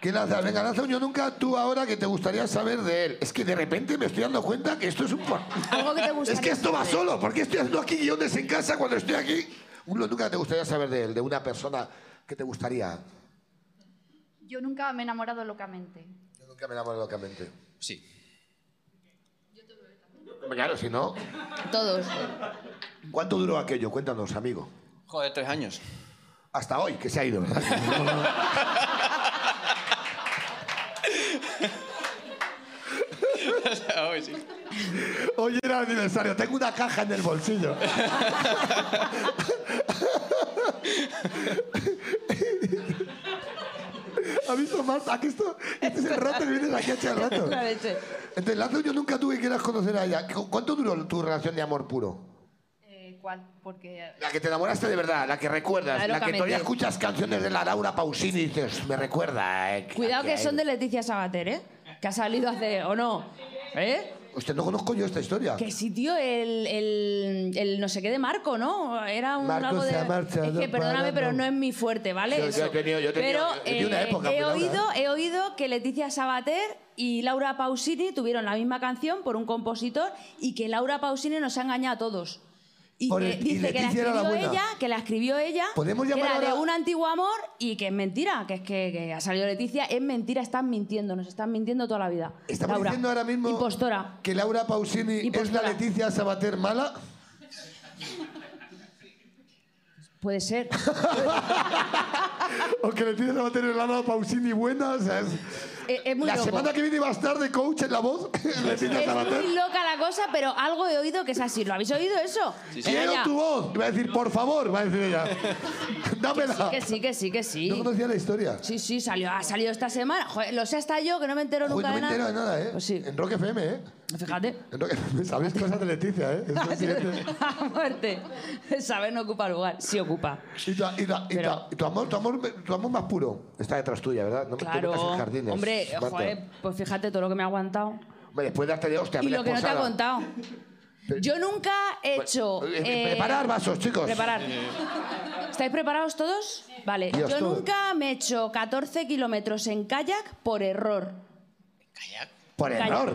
Speaker 2: ¿Qué lanzas? Venga, lanza un yo nunca tú ahora que te gustaría saber de él. Es que de repente me estoy dando cuenta que esto es un... por-
Speaker 5: Algo que te gustaría
Speaker 2: Es que esto va
Speaker 5: saber.
Speaker 2: solo. ¿Por qué estoy haciendo aquí guiones en casa cuando estoy aquí? Un yo nunca que te gustaría saber de él, de una persona que te gustaría.
Speaker 11: Yo nunca me he enamorado locamente.
Speaker 2: Yo nunca me enamoro locamente.
Speaker 10: Sí.
Speaker 2: Claro, si no...
Speaker 5: Todos.
Speaker 2: ¿Cuánto duró aquello? Cuéntanos, amigo.
Speaker 10: Joder, tres años.
Speaker 2: Hasta hoy, que se ha ido. ¿verdad?
Speaker 10: Hoy sí.
Speaker 2: Hoy era el aniversario, tengo una caja en el bolsillo. ¿Has visto Marta? Aquí esto, este es el rato que vienes aquí a echar el rato.
Speaker 5: La leche.
Speaker 2: Entonces, Lazo, yo nunca tuve que quieras conocer a ella. ¿Cu- ¿Cuánto duró tu relación de amor puro?
Speaker 11: Eh, ¿Cuál? Porque
Speaker 2: La que te enamoraste de verdad, la que recuerdas,
Speaker 5: Claro,
Speaker 2: la que todavía
Speaker 5: locamente.
Speaker 2: escuchas canciones de la Laura Pausini y dices, me recuerda. eh,
Speaker 5: Cuidado
Speaker 2: aquí a
Speaker 5: que son
Speaker 2: él".
Speaker 5: de Leticia Sabater, ¿eh? Que ha salido hace... ¿O no? ¿Eh?
Speaker 2: Hostia, no conozco yo esta historia.
Speaker 5: Que sí, tío, el, el- el no sé qué de Marco, ¿no? Era un
Speaker 2: Marco
Speaker 5: algo de.
Speaker 2: se ha marchado
Speaker 5: es que
Speaker 2: para
Speaker 5: perdóname,
Speaker 2: no-
Speaker 5: pero no es mi fuerte, ¿vale?
Speaker 2: Yo- yo
Speaker 5: Eso.
Speaker 2: he tenido- yo he tenido-
Speaker 5: pero
Speaker 2: yo he tenido una
Speaker 5: eh,
Speaker 2: época
Speaker 5: he
Speaker 2: muy larga,
Speaker 5: oído, he oído que Leticia Sabater y Laura Pausini tuvieron la misma canción por un compositor y que Laura Pausini nos ha engañado a todos. Y
Speaker 2: Por
Speaker 5: que
Speaker 2: el- y
Speaker 5: dice que la
Speaker 2: Leticia era la
Speaker 5: escribió
Speaker 2: buena.
Speaker 5: ella, que la escribió ella,
Speaker 2: Podemos
Speaker 5: que
Speaker 2: llamar
Speaker 5: era de
Speaker 2: ahora-
Speaker 5: un antiguo amor y que es mentira, que es que, que ha salido Leticia, es mentira, están mintiendo, nos están mintiendo toda la vida.
Speaker 2: Estamos
Speaker 5: Laura,
Speaker 2: diciendo ahora mismo
Speaker 5: impostora.
Speaker 2: que Laura Pausini es la
Speaker 5: Impostora.
Speaker 2: Leticia Sabater mala.
Speaker 5: Puede ser.
Speaker 2: O que le tienes a mantener el lado a Pausini buena, o sea, es-
Speaker 5: Eh, Es, es muy
Speaker 2: La
Speaker 5: loco.
Speaker 2: semana que viene va a estar de coach en la voz. Leticia
Speaker 5: Es
Speaker 2: Sabater.
Speaker 5: muy loca la cosa, pero algo he oído que es así. ¿Lo habéis oído eso?
Speaker 2: Quiero
Speaker 5: Venga,
Speaker 2: tu voz. Y va a decir, por favor, va a decir ella. Dámela.
Speaker 5: Que sí, que sí, que sí.
Speaker 2: No conocía la historia.
Speaker 5: Sí, sí, salió, ha salido esta semana. Joder, lo sé hasta yo, que no me entero
Speaker 2: Joder,
Speaker 5: nunca
Speaker 2: no me
Speaker 5: de nada. Pues
Speaker 2: entero de nada, ¿eh? En Rock FM, ¿eh?
Speaker 5: Fíjate.
Speaker 2: En Rock FM. Sabéis cosas de Leticia, ¿eh? Esto es silencio.
Speaker 5: A muerte. Saber no ocupa lugar. Sí ocupa.
Speaker 2: Y, tu, y, tu, y tu- y tu amor, tu, amor, tu amor más puro está detrás tuya, ¿verdad? No
Speaker 5: Claro.
Speaker 2: te metas en jardines.
Speaker 5: Hombre,
Speaker 2: Marta.
Speaker 5: joder, pues fíjate todo lo que me ha aguantado.
Speaker 2: Hombre, después de darte de hostia,
Speaker 5: Y
Speaker 2: mira,
Speaker 5: lo que no te ha
Speaker 2: esposada.
Speaker 5: contado. Yo nunca he hecho...
Speaker 2: Eh,
Speaker 5: eh,
Speaker 2: preparar vasos, chicos.
Speaker 5: Preparar. ¿Estáis preparados todos? Vale.
Speaker 2: Dios,
Speaker 5: Yo
Speaker 2: todo.
Speaker 5: nunca me he hecho 14 kilómetros en kayak por error.
Speaker 2: Por
Speaker 5: Kayak.
Speaker 2: error.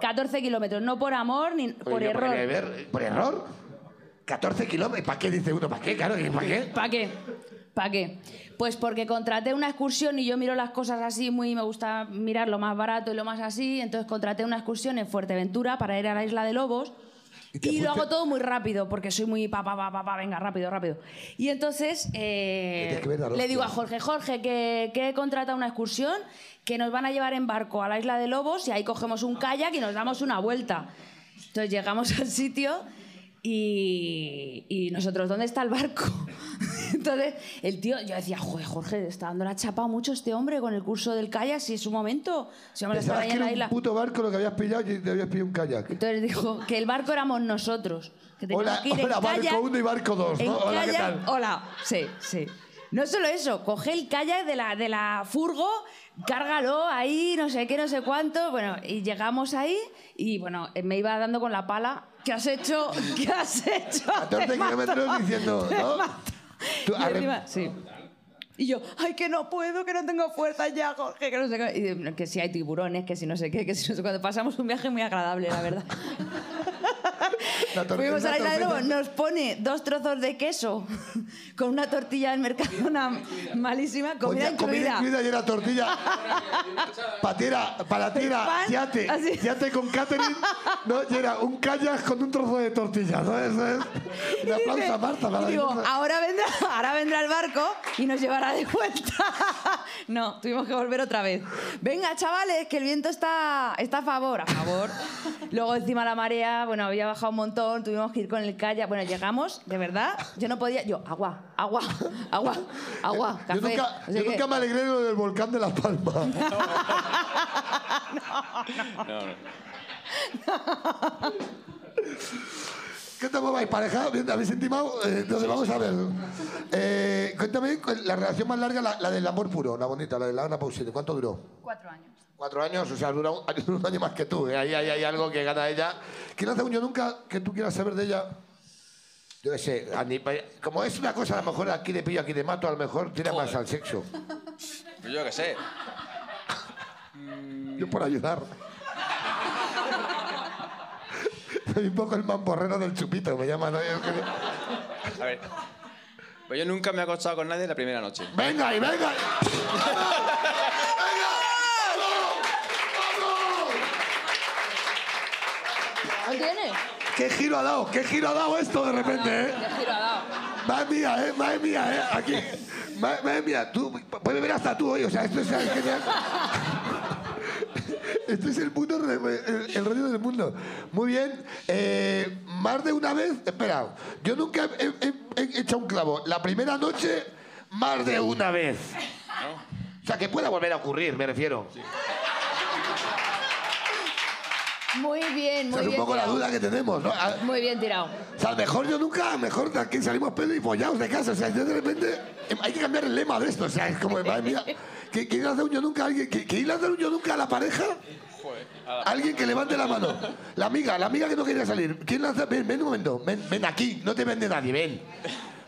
Speaker 5: 14 kilómetros, no por amor ni por
Speaker 2: Oye,
Speaker 5: error.
Speaker 2: beber, ¿Por error? 14 kilómetros. ¿Para qué dice uno? ¿Para qué? Claro, ¿para qué?
Speaker 5: ¿Para qué? ¿Para qué? Pues porque contraté una excursión y yo miro las cosas así, muy me gusta mirar lo más barato y lo más así, entonces contraté una excursión en Fuerteventura para ir a la isla de Lobos y, lo hago todo muy rápido porque soy muy papá, papá, papá, venga, rápido, rápido. Y entonces eh,
Speaker 2: Tienes que ver la hostia.
Speaker 5: le digo a Jorge, Jorge, que, que he contratado una excursión que nos van a llevar en barco a la isla de Lobos y ahí cogemos un kayak y nos damos una vuelta. Entonces llegamos al sitio y, y nosotros, ¿dónde está el barco? Entonces el tío, yo decía, joder, Jorge, está dando la chapa mucho este hombre con el curso del kayak, si es un momento, si vamos a estar
Speaker 2: Pensabas
Speaker 5: ahí
Speaker 2: que
Speaker 5: en
Speaker 2: era
Speaker 5: la
Speaker 2: un
Speaker 5: isla.
Speaker 2: puto barco lo que habías pillado y te habías pillado un kayak.
Speaker 5: Entonces dijo que el barco éramos nosotros. Que teníamos
Speaker 2: Hola,
Speaker 5: que ir en
Speaker 2: hola, barco
Speaker 5: kayak,
Speaker 2: 1 y barco 2,
Speaker 5: en
Speaker 2: ¿no? Hola, ¿qué
Speaker 5: kayak-
Speaker 2: tal?
Speaker 5: Hola, sí, sí. No solo eso, coge el kayak de la, de la furgo, cárgalo ahí, no sé qué, no sé cuánto. Bueno, y llegamos ahí y bueno, eh, me iba dando con la pala. ¿Qué has hecho? ¿Qué has hecho?
Speaker 2: 14
Speaker 5: Te mato,
Speaker 2: kilómetros diciendo,
Speaker 5: te
Speaker 2: ¿no?
Speaker 5: mato.
Speaker 2: Tú,
Speaker 5: Y
Speaker 2: arre-
Speaker 5: encima- sí. Y yo, ay, que no puedo, que no tengo fuerza ya, Jorge, que no sé qué. Y, eh, que si hay tiburones, que si no sé qué, que si no sé cuándo. Pasamos un viaje muy agradable, la verdad.
Speaker 2: La tormenta,
Speaker 5: Fuimos a la isla de
Speaker 2: tormenta.
Speaker 5: Lobos, nos pone dos trozos de queso con una tortilla del Mercadona malísima, comida
Speaker 2: Coña,
Speaker 5: incluida.
Speaker 2: comida y era tortilla. Patera, palatera,
Speaker 5: Pan,
Speaker 2: yate,
Speaker 5: así.
Speaker 2: yate con catering. No, y era un kayak con un trozo de tortilla. ¿no? Eso es. Un aplauso a Marta. para
Speaker 5: Y digo,
Speaker 2: la-
Speaker 5: ahora vendrá, ahora vendrá el barco y nos llevará de vuelta. No, tuvimos que volver otra vez. Venga, chavales, que el viento está, está a favor, a favor. Luego encima la marea, bueno, había bajado un montón, tuvimos que ir con el kayak. Bueno, llegamos, de verdad, yo no podía, yo, agua, agua, agua, agua, café.
Speaker 2: Yo nunca,
Speaker 5: no sé
Speaker 2: yo
Speaker 5: qué.
Speaker 2: nunca me alegré de lo del volcán de Las Palmas. ¿Qué tal vais, pareja? Bien, ¿Habéis intimado? Eh, Entonces vamos a ver. Eh, cuéntame ¿cuál- la relación más larga, la, la del amor puro, la bonita, la de la Ana Pausini. ¿Cuánto duró?
Speaker 11: Cuatro años.
Speaker 2: Cuatro años, o sea, dura un, un año más que tú. ¿eh? Ahí, ahí hay algo que gana ella. ¿Quién hace un yo nunca que tú quieras saber de ella? Yo qué sé, a ni- como es una cosa, a lo mejor aquí de pillo, aquí de mato, a lo mejor tira más al sexo.
Speaker 10: Pues yo qué sé.
Speaker 2: Yo por ayudar. Soy un poco el mamporrero del chupito, me llaman. ¿no? Yo que-
Speaker 10: A ver. Pues yo nunca me he acostado con nadie la primera noche.
Speaker 2: ¡Venga y venga!
Speaker 5: ¿Lo tiene?
Speaker 2: ¿Qué giro ha dado? ¿Qué giro ha dado esto de repente, eh?
Speaker 5: Qué giro ha dado.
Speaker 2: Madre mía, eh, madre mía, eh, aquí. Madre, madre mía, tú puedes ver hasta tú hoy, o sea, esto es es genial. Esto es el mundo, re- el, el rollo del mundo. Muy bien, eh, más de una vez, espera, yo nunca he, he- he- he echado un clavo. La primera noche, más de una vez. O sea, que pueda volver a ocurrir, me refiero.
Speaker 5: Muy
Speaker 2: Esa
Speaker 5: bien, muy
Speaker 2: es un
Speaker 5: bien.
Speaker 2: poco la
Speaker 5: tirado.
Speaker 2: duda que tenemos, ¿no? Ah, A-
Speaker 5: Muy bien tirado.
Speaker 2: O sea, a lo mejor yo nunca, a lo mejor de aquí salimos pedo y follados de casa. O sea, yo de repente eh, hay que cambiar el lema de esto. O sea, es como, madre mía, ¿que- ¿quién hace un yo nunca a alguien? ¿Que- ¿Quién hace un yo nunca a la pareja? Alguien que levante la mano. La amiga, la amiga que no quería salir. ¿Quién la hace? Ven, ven un momento. Ven, ven aquí, no te vende nadie, ven.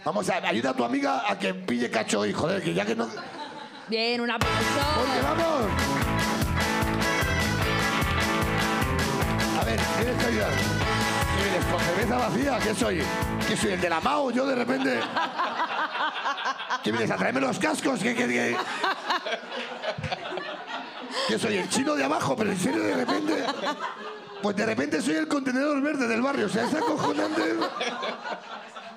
Speaker 2: Vamos a, ayuda a tu amiga a que pille cacho hoy, joder, que ya que no.
Speaker 5: Bien, un aplauso.
Speaker 2: ¡Porque vamos! A ver, tienes que ayudar. ¿Qué vienes con cerveza vacía? ¿Qué soy? ¿Qué soy? ¿El de la MAO? Yo de repente. ¿Qué vienes a traerme los cascos? ¿Qué, qué, qué? ¿Qué soy? ¿El chino de abajo? Pero en serio, de repente. Pues de repente soy el contenedor verde del barrio. O sea, es acojonante.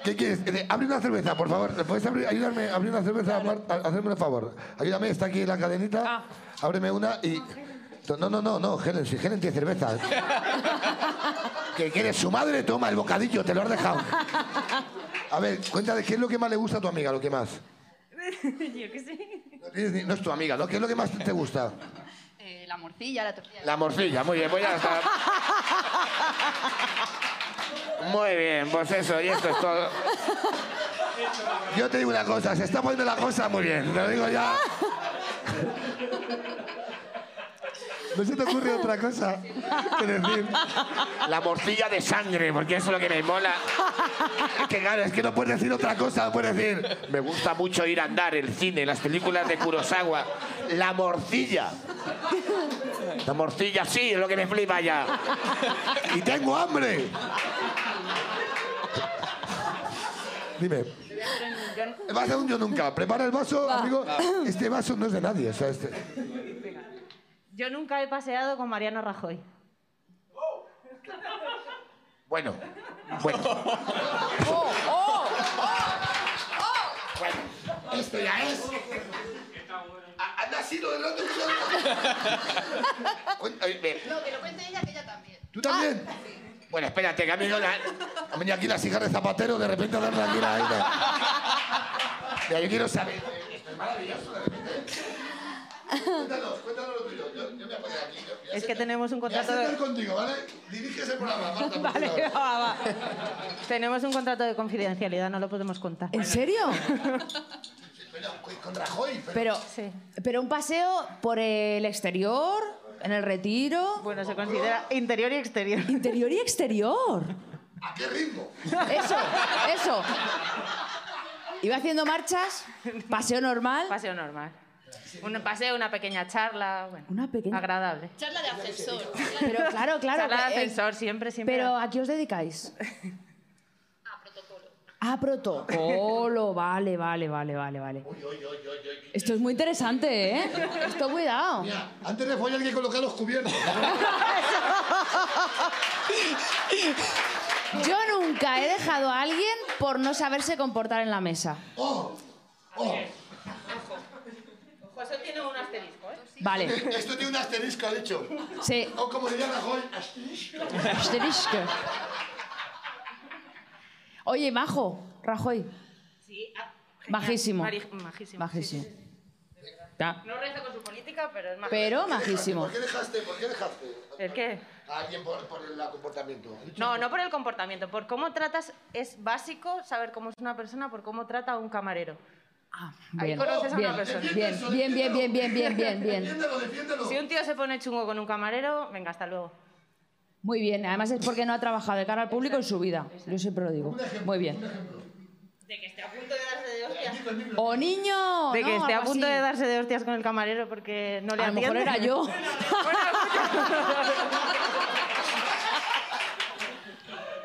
Speaker 2: ¿Qué quieres? Eh, Abre una cerveza, por favor. ¿Puedes abrir- ayudarme a abrir una cerveza? Marta? Hacerme un favor. Ayúdame, está aquí la cadenita.
Speaker 11: Ah.
Speaker 2: Ábreme una y... No, no, no, no, Helen, si Helen tiene cerveza. ¿Qué quieres? Su madre toma el bocadillo, te lo has dejado. A ver, cuéntale, ¿qué es lo que más le gusta a tu amiga, lo que más?
Speaker 11: Yo qué sé.
Speaker 2: No, tienes ni- no es tu amiga, ¿no? ¿Qué es lo que más te gusta?
Speaker 11: Eh, la morcilla, la tortilla.
Speaker 2: La morcilla, muy bien, pues ya está. Muy bien, pues eso, y esto es todo. Yo te digo una cosa, se está poniendo la cosa muy bien, te lo digo ya. ¿No se te ocurre otra cosa que decir? La morcilla de sangre, porque eso es lo que me mola. Es que claro, es que no puedes decir otra cosa, no puedes decir... Me gusta mucho ir a andar, el cine, las películas de Kurosawa. La morcilla. La morcilla sí, es lo que me flipa ya. y tengo hambre. Dime. Va a ser un yo nunca. Prepara el vaso, amigo. Este vaso no es de nadie. O sea, este...
Speaker 12: Yo nunca he paseado con Mariano Rajoy.
Speaker 2: Bueno. Bueno. Bueno. Esto ya es. Ha- ha nacido del otro lado. Cuen- oye, ve,
Speaker 11: No, que lo cuente ella, que ella también. Ah.
Speaker 2: ¿Tú también? Bueno, espérate, que ha venido la... Han venido aquí las hijas de Zapatero de repente a darle aquí la... Mira, yo quiero saber... Esto es maravilloso, de repente. Cuéntanos, cuéntanos lo tuyo. Yo, yo me voy a aquí. Yo,
Speaker 12: Es que tenemos un
Speaker 2: voy a
Speaker 12: contrato
Speaker 2: sentar
Speaker 12: de...
Speaker 2: contigo, ¿vale? Dirígese por programa, Marta. por
Speaker 12: Vale,
Speaker 2: favor.
Speaker 12: va, va. Tenemos un contrato de confidencialidad, no lo podemos contar.
Speaker 5: ¿En serio?
Speaker 2: pues, Con Rajoy.
Speaker 5: Pero, pero un paseo por el exterior, en el retiro.
Speaker 12: Bueno, se considera interior y exterior.
Speaker 5: Interior y exterior.
Speaker 2: ¿A qué ritmo?
Speaker 5: Eso, eso. Iba haciendo marchas, paseo normal.
Speaker 12: Paseo normal. Un paseo, una pequeña charla, bueno,
Speaker 5: Una pequeña.
Speaker 12: agradable.
Speaker 7: Charla de ascensor.
Speaker 5: Pero claro, claro.
Speaker 12: Charla de
Speaker 5: eh,
Speaker 12: ascensor, siempre, siempre.
Speaker 5: Pero ¿a qué os dedicáis? A protocolo. A protocolo, vale, vale, vale, vale, vale. Esto es muy interesante, ¿eh? Esto cuidado.
Speaker 2: Antes de follar hay que colocar los cubiertos.
Speaker 5: Yo nunca he dejado a alguien por no saberse comportar en la mesa.
Speaker 2: Oh,
Speaker 12: Ojo, eso tiene un asterisco, ¿eh?
Speaker 5: Vale.
Speaker 2: Esto tiene un asterisco, ha dicho.
Speaker 5: Sí.
Speaker 2: O como diría Rajoy, asterisco.
Speaker 5: Asterisco. Oye, Majo, Rajoy.
Speaker 12: Sí. ah,
Speaker 5: Majísimo.
Speaker 12: majísimo.
Speaker 5: Majísimo.
Speaker 12: sí, sí, sí.
Speaker 5: Ya.
Speaker 12: No rezo con su política, pero es majísimo.
Speaker 5: Pero majísimo.
Speaker 2: ¿Por qué dejaste? ¿Por qué dejaste?
Speaker 12: ¿El qué?
Speaker 2: A alguien por, por el comportamiento. Ha dicho-
Speaker 12: No, no por el comportamiento, por cómo tratas, es básico saber cómo es una persona por cómo trata a un camarero. Ahí conoces a
Speaker 5: Ah, bien,
Speaker 12: una persona.
Speaker 5: bien, bien, bien, bien, bien, bien, bien, bien.
Speaker 12: Si un tío se pone chungo con un camarero, venga, hasta luego.
Speaker 5: Muy bien, además es porque no ha trabajado de cara al público en su vida. Yo siempre lo digo. Muy bien.
Speaker 12: De que esté a punto de darse de hostias.
Speaker 5: O niño.
Speaker 12: De que
Speaker 5: ¿no?
Speaker 12: esté a
Speaker 5: Algo
Speaker 12: punto
Speaker 5: así.
Speaker 12: de darse de hostias con el camarero porque no le
Speaker 5: A lo mejor
Speaker 12: atiende.
Speaker 5: era yo.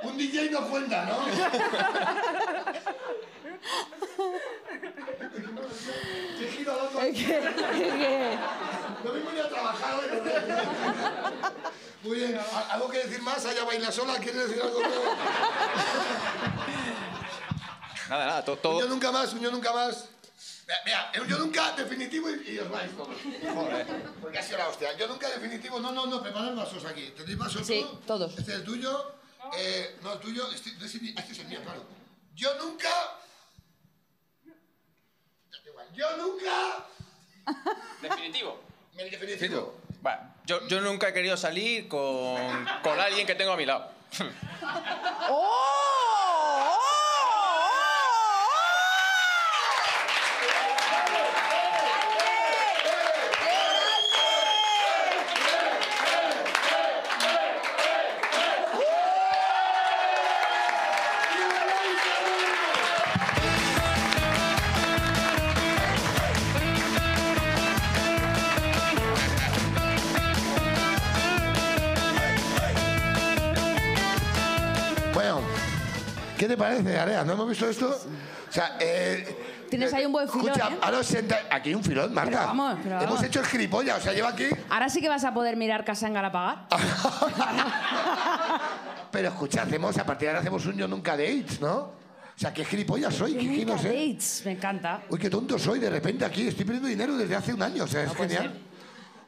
Speaker 2: Un DJ no cuenta, ¿no? Qué giro al otro. No vengo ni a trabajar hoy. ¿no? Muy bien. ¿Al- ¿Algo que decir más? Allá baila sola. ¿Quieres decir algo?
Speaker 10: Nada, nada, to-
Speaker 2: Un
Speaker 10: todo.
Speaker 2: yo nunca más, un yo nunca más. Mira, mira, un yo nunca definitivo y, y os vais todos. Joder, porque ha sido la hostia. Yo nunca definitivo. No, no, no, preparad vasos aquí. ¿Tenéis vasos
Speaker 5: Sí,
Speaker 2: todo?
Speaker 5: todos.
Speaker 2: Este es el tuyo. Eh, no, el tuyo. Este, no, este es mi- este es el mío, claro. Yo nunca... Da igual. Yo nunca...
Speaker 10: Definitivo.
Speaker 2: El definitivo.
Speaker 10: Bueno, yo, yo nunca he querido salir con, con alguien que tengo a mi lado.
Speaker 2: Bueno, ¿qué te parece, Area? ¿No hemos visto esto? O sea, eh,
Speaker 5: Tienes ahí un buen filón,
Speaker 2: escucha,
Speaker 5: ¿eh?
Speaker 2: ahora os senta- Aquí hay un filón, Marta.
Speaker 5: Pero vamos, pero
Speaker 2: Hemos
Speaker 5: vamos.
Speaker 2: hecho el gilipollas, o sea, lleva aquí...
Speaker 5: Ahora sí que vas a poder mirar casa en Galapagar.
Speaker 2: Pero escucha, hacemos, a partir de ahora hacemos un yo nunca dates, ¿no? O sea, qué gilipollas soy, qué,
Speaker 5: pues
Speaker 2: qué no sé.
Speaker 5: Dates, me encanta.
Speaker 2: Uy, qué tonto soy, de repente aquí estoy perdiendo dinero desde hace un año, o sea, es genial.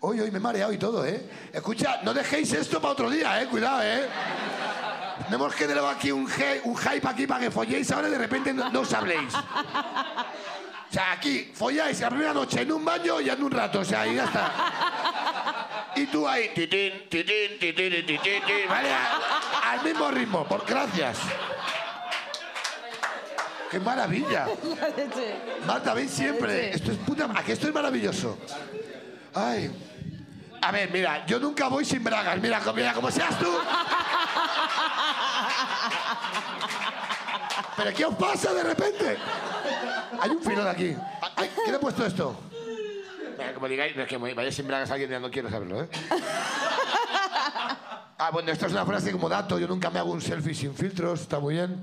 Speaker 2: Hoy, hoy me he mareado y todo, ¿eh? Escucha, no dejéis esto para otro día, ¿eh? Cuidado, ¿eh? No hemos generado aquí un, ge- un hype aquí para que folléis ahora y de repente no, no os habléis. O sea, aquí folláis la primera noche en un baño y en un rato, o sea, y ya está. Y tú ahí, titín, titín, titín, titín, titín, ¿vale? A- Al mismo ritmo, por gracias. ¡Qué maravilla! Marta, ven siempre. Esto es puta... Aquí esto es maravilloso. Ay. A ver, mira, yo nunca voy sin bragas. Mira, co- mira como seas tú. ¿Pero qué os pasa de repente? Hay un filón aquí. Ay, ¿Quién ha puesto esto? Mira, como digáis, no es que vaya sin bragas alguien, ya no quiero saberlo, ¿eh? Ah, bueno, esto es una frase como dato. Yo nunca me hago un selfie sin filtros, está muy bien.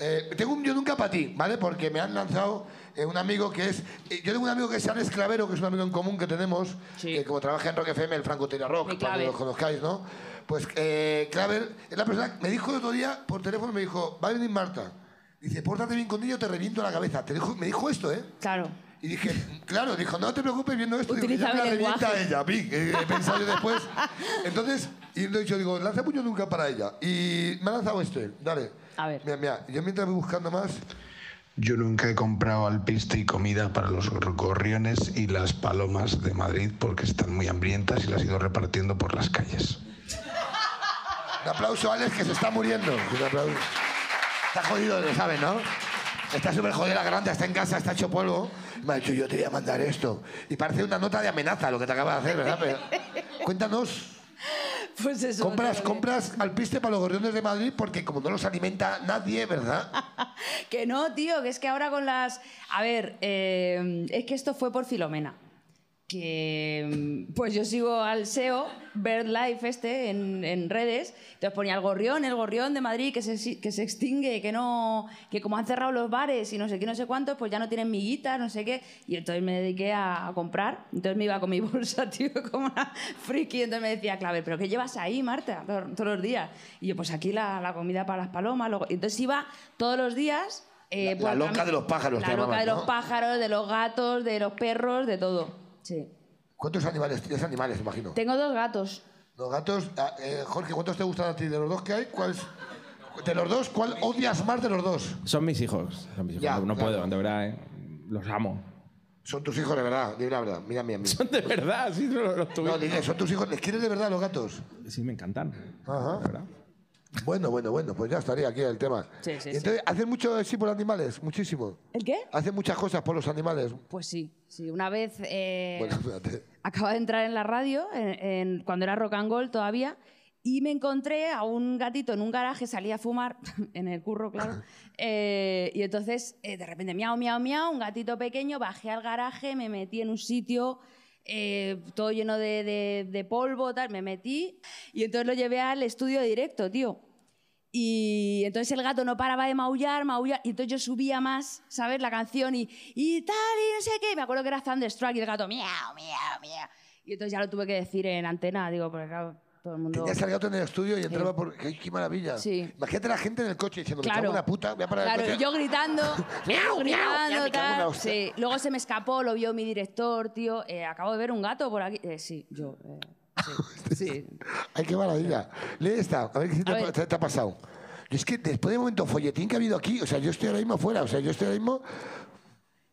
Speaker 2: Eh, tengo un yo nunca para ti, ¿vale? Porque me han lanzado eh, un amigo que es. eh, yo tengo un amigo que es San Esclavero, que es un amigo en común que tenemos, que como trabaja en Rock FM, el Franco Tira Rock, para que
Speaker 5: Claver.
Speaker 2: lo conozcáis, ¿no? Pues eh, Claver es la persona. Me dijo el otro día por teléfono, me dijo, va a venir Marta. Dice, pórtate bien con ella o te reviento la cabeza. Te dijo- me dijo esto, ¿eh?
Speaker 5: Claro.
Speaker 2: Y dije, claro, dijo, no te preocupes viendo esto. Digo,
Speaker 5: Utiliza
Speaker 2: ya me la
Speaker 5: mi lenguaje.
Speaker 2: revienta ella, a mí, eh, que he pensado yo después. Entonces, y entonces yo digo, lanza puño nunca para ella. Y me ha lanzado este, dale. A ver. Mira, mira, yo mientras voy buscando más,
Speaker 13: Yo nunca he comprado alpiste y comida para los gorriones y las palomas de Madrid porque están muy hambrientas y las he ido repartiendo por las calles.
Speaker 2: un aplauso a Alex que se está muriendo. Un aplauso. Está jodido, lo sabes, ¿no? Está súper jodida, grande, está en casa, está hecho polvo. Me ha dicho, yo te voy a mandar esto. Y parece una nota de amenaza lo que te acabas de hacer, ¿verdad? Pero- cuéntanos.
Speaker 5: Pues eso.
Speaker 2: Compras, compras alpiste para los gorriones de Madrid porque como no los alimenta nadie, ¿verdad?
Speaker 5: Que no, tío, que es que ahora con las... A ver, eh, es que esto fue por Filomena. que mm, pues yo sigo al SEO, BirdLife este, en, en redes, entonces ponía el gorrión, el gorrión de Madrid que se, que se extingue, que no, que como han cerrado los bares y no sé qué, no sé cuántos, pues ya no tienen miguitas, no sé qué, y entonces me dediqué a, a comprar, entonces me iba con mi bolsa, tío, como una friki, entonces me decía, Claver, ¿pero qué llevas ahí, Marta, todos, todos los días? Y yo, pues aquí la, la comida para las palomas, luego- entonces iba todos los días... eh,
Speaker 2: La- la
Speaker 5: por
Speaker 2: loca
Speaker 5: cami-
Speaker 2: de los pájaros,
Speaker 5: La
Speaker 2: te
Speaker 5: loca
Speaker 2: llamaban,
Speaker 5: de los
Speaker 2: ¿no?
Speaker 5: pájaros, de los gatos, de los perros, de todo. Sí.
Speaker 2: ¿Cuántos animales tienes? animales, imagino.
Speaker 5: Tengo dos gatos.
Speaker 2: Los gatos... ah, eh, Jorge, ¿cuántos te gustan a ti de los dos que hay? ¿Cuál es- ¿De los dos? ¿Cuál odias más de los dos?
Speaker 14: Son mis hijos. son mis hijos.
Speaker 2: Ya,
Speaker 14: no no
Speaker 2: claro.
Speaker 14: puedo, de verdad, ¿eh? Los amo.
Speaker 2: Son tus hijos de verdad, de verdad. Mira, mira, mira.
Speaker 14: Son de verdad, sí, los,
Speaker 2: No, dile, son tus hijos. ¿Les quieres de verdad los gatos?
Speaker 14: Sí, me encantan.
Speaker 2: Ajá. Bueno, bueno, bueno, pues ya estaría aquí el tema.
Speaker 5: Sí, sí,
Speaker 2: Y entonces, ¿hacen mucho así por animales? Muchísimo.
Speaker 5: ¿El qué?
Speaker 2: Hacen muchas cosas por los animales.
Speaker 5: Pues sí, sí. Una vez eh,
Speaker 2: Bueno, espérate.
Speaker 5: acaba de entrar en la radio, en- en- cuando era rock and gold todavía, y me encontré a un gatito en un garaje, salía a fumar, en el curro, claro. eh, y entonces, eh, de repente, miau, miau, miau, un gatito pequeño, bajé al garaje, me metí en un sitio. eh, todo lleno de, de- de polvo, tal, me metí y entonces lo llevé al estudio directo, tío. Y entonces el gato no paraba de maullar, maullar, y entonces yo subía más, ¿sabes? La canción y, y tal, y no sé qué. Me acuerdo que era Thunderstruck y el gato, miau, miau, miau. Y entonces ya lo tuve que decir en antena, digo, porque claro, todo el mundo...
Speaker 2: Tenía salía en el estudio y entraba
Speaker 5: Sí.
Speaker 2: por. ¡Qué, qué maravilla!
Speaker 5: Sí.
Speaker 2: Imagínate la gente en el coche diciendo, me
Speaker 5: Claro.
Speaker 2: cago en la puta, voy a parar
Speaker 5: Claro,
Speaker 2: el
Speaker 5: y
Speaker 2: coche.
Speaker 5: yo gritando,
Speaker 2: Miau, miau, ya
Speaker 5: gritando,
Speaker 2: me cago en la
Speaker 5: tal.
Speaker 2: hostia.
Speaker 5: Sí. Luego se me escapó, lo vio mi director, tío. eh, acabo de ver un gato por aquí. Eh, sí, yo. eh, sí, sí.
Speaker 2: ¡Ay, qué maravilla! Lee esta, a ver qué te,
Speaker 5: A
Speaker 2: ha-
Speaker 5: ver.
Speaker 2: te- te ha pasado. Y Es que después del momento folletín que ha habido aquí, o sea, yo estoy ahora mismo fuera, o sea, yo estoy ahora mismo.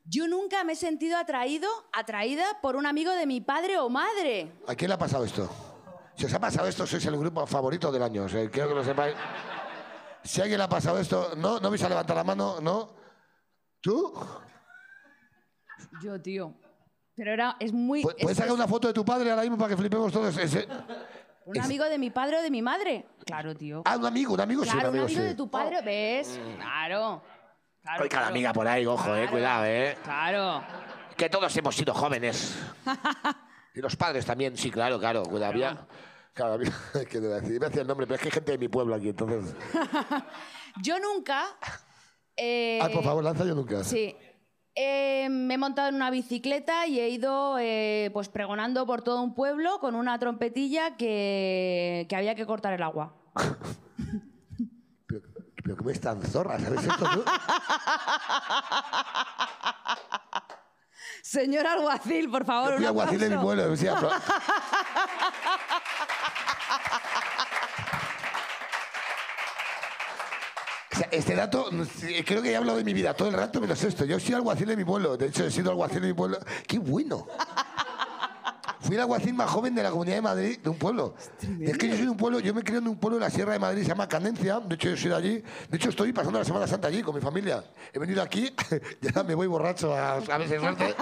Speaker 5: Yo nunca me he sentido atraído, atraída por un amigo de mi padre o madre.
Speaker 2: ¿A quién le ha pasado esto? Si os ha pasado esto, sois el grupo favorito del año, o sea, quiero que lo sepáis. Si a alguien le ha pasado esto, no, no vais a levantar la mano, no. ¿Tú?
Speaker 5: Yo, tío. Pero era, es muy...
Speaker 2: Pu-
Speaker 5: es-
Speaker 2: ¿Puedes sacar
Speaker 5: es
Speaker 2: una foto de tu padre ahora mismo para que flipemos todos? Ese-
Speaker 5: un amigo de mi padre o de mi madre. Claro, tío. Oh. Mm.
Speaker 2: Ah, un amigo, un amigo sí,
Speaker 5: claro,
Speaker 2: un amigo, sí.
Speaker 5: de tu padre, ¿ves? Claro. Claro,
Speaker 2: Hay cada amiga por ahí, ojo, eh, cuidado, eh.
Speaker 5: Claro.
Speaker 2: Que todos hemos sido jóvenes. y los padres también, sí, claro, claro. Cuidado, había- claro, había- que te iba a decir, iba a decir el nombre, pero es que hay gente de mi pueblo aquí, entonces.
Speaker 5: Yo nunca... eh,
Speaker 2: ah, por favor, lanza yo nunca.
Speaker 5: Sí. Eh, me he montado en una bicicleta y he ido eh, pues pregonando por todo un pueblo con una trompetilla que, que había que cortar el agua.
Speaker 2: Pero cómo es tan zorra, ¿sabes esto tú?
Speaker 5: Señor alguacil, por favor,
Speaker 2: Yo fui
Speaker 5: un
Speaker 2: alguacil de mi
Speaker 5: aplauso.
Speaker 2: pueblo, o sea, pro- O sea, este dato, no sé, creo que he hablado de mi vida todo el rato menos esto. Yo he sido alguacil de mi pueblo. De hecho, he sido alguacil de mi pueblo. ¡Qué bueno! Fui el alguacil más joven de la Comunidad de Madrid, de un pueblo. Es que yo soy de un pueblo, yo me crié en un pueblo de la Sierra de Madrid, se llama Canencia. De hecho, yo soy de allí. De hecho, estoy pasando la Semana Santa allí con mi familia. He venido aquí, ya me voy borracho a, a ver si hay suerte,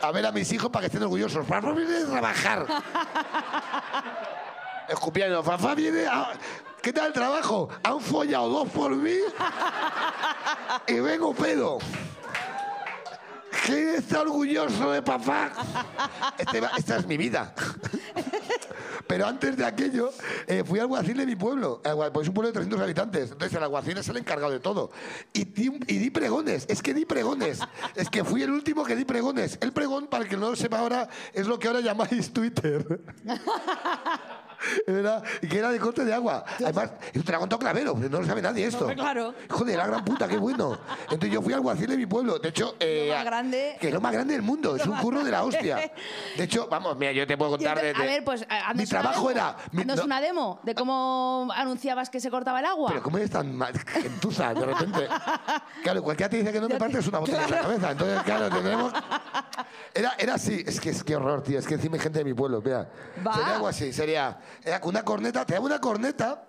Speaker 2: a ver a mis hijos para que estén orgullosos. Rafa viene a trabajar. Escupiendo, Rafa viene a... ¿Qué tal el trabajo? Han follado dos por mí y vengo pedo. ¿Quién está orgulloso de papá? Este va- esta es mi vida. Pero antes de aquello, eh, fui alguacil de mi pueblo. Agua- Pues es un pueblo de 300 habitantes. Entonces, el alguacil es el encargado de todo. Y, di- y di pregones. Es que di pregones. Es que fui el último que di pregones. El pregón, para el que no lo sepa ahora, es lo que ahora llamáis Twitter. Era, y que era de corte de agua. Además, es un dragón clavero, no lo sabe nadie esto.
Speaker 5: Hombre, claro.
Speaker 2: Hijo de la gran puta, qué bueno. Entonces yo fui alguacil de mi pueblo. De hecho, eh,
Speaker 5: más grande.
Speaker 2: que es lo más grande del mundo, es un curro de la hostia. De hecho, vamos, mira, yo te puedo contar de,
Speaker 5: Entonces, a
Speaker 2: de-
Speaker 5: ver, pues a- haznos
Speaker 2: mi
Speaker 5: una
Speaker 2: trabajo
Speaker 5: demo.
Speaker 2: era mi-
Speaker 5: Haznos
Speaker 2: no-
Speaker 5: una demo de cómo anunciabas que se cortaba el agua.
Speaker 2: Pero cómo eres tan ma- gentuza de repente. Claro, cualquiera te dice que no me partes una botella en la cabeza. Entonces, claro, tendremos Era, era así, es que es que horror, tío, es que encima hay gente de mi pueblo, mira.
Speaker 5: Va.
Speaker 2: Sería algo así, sería era con una corneta, te daba una corneta.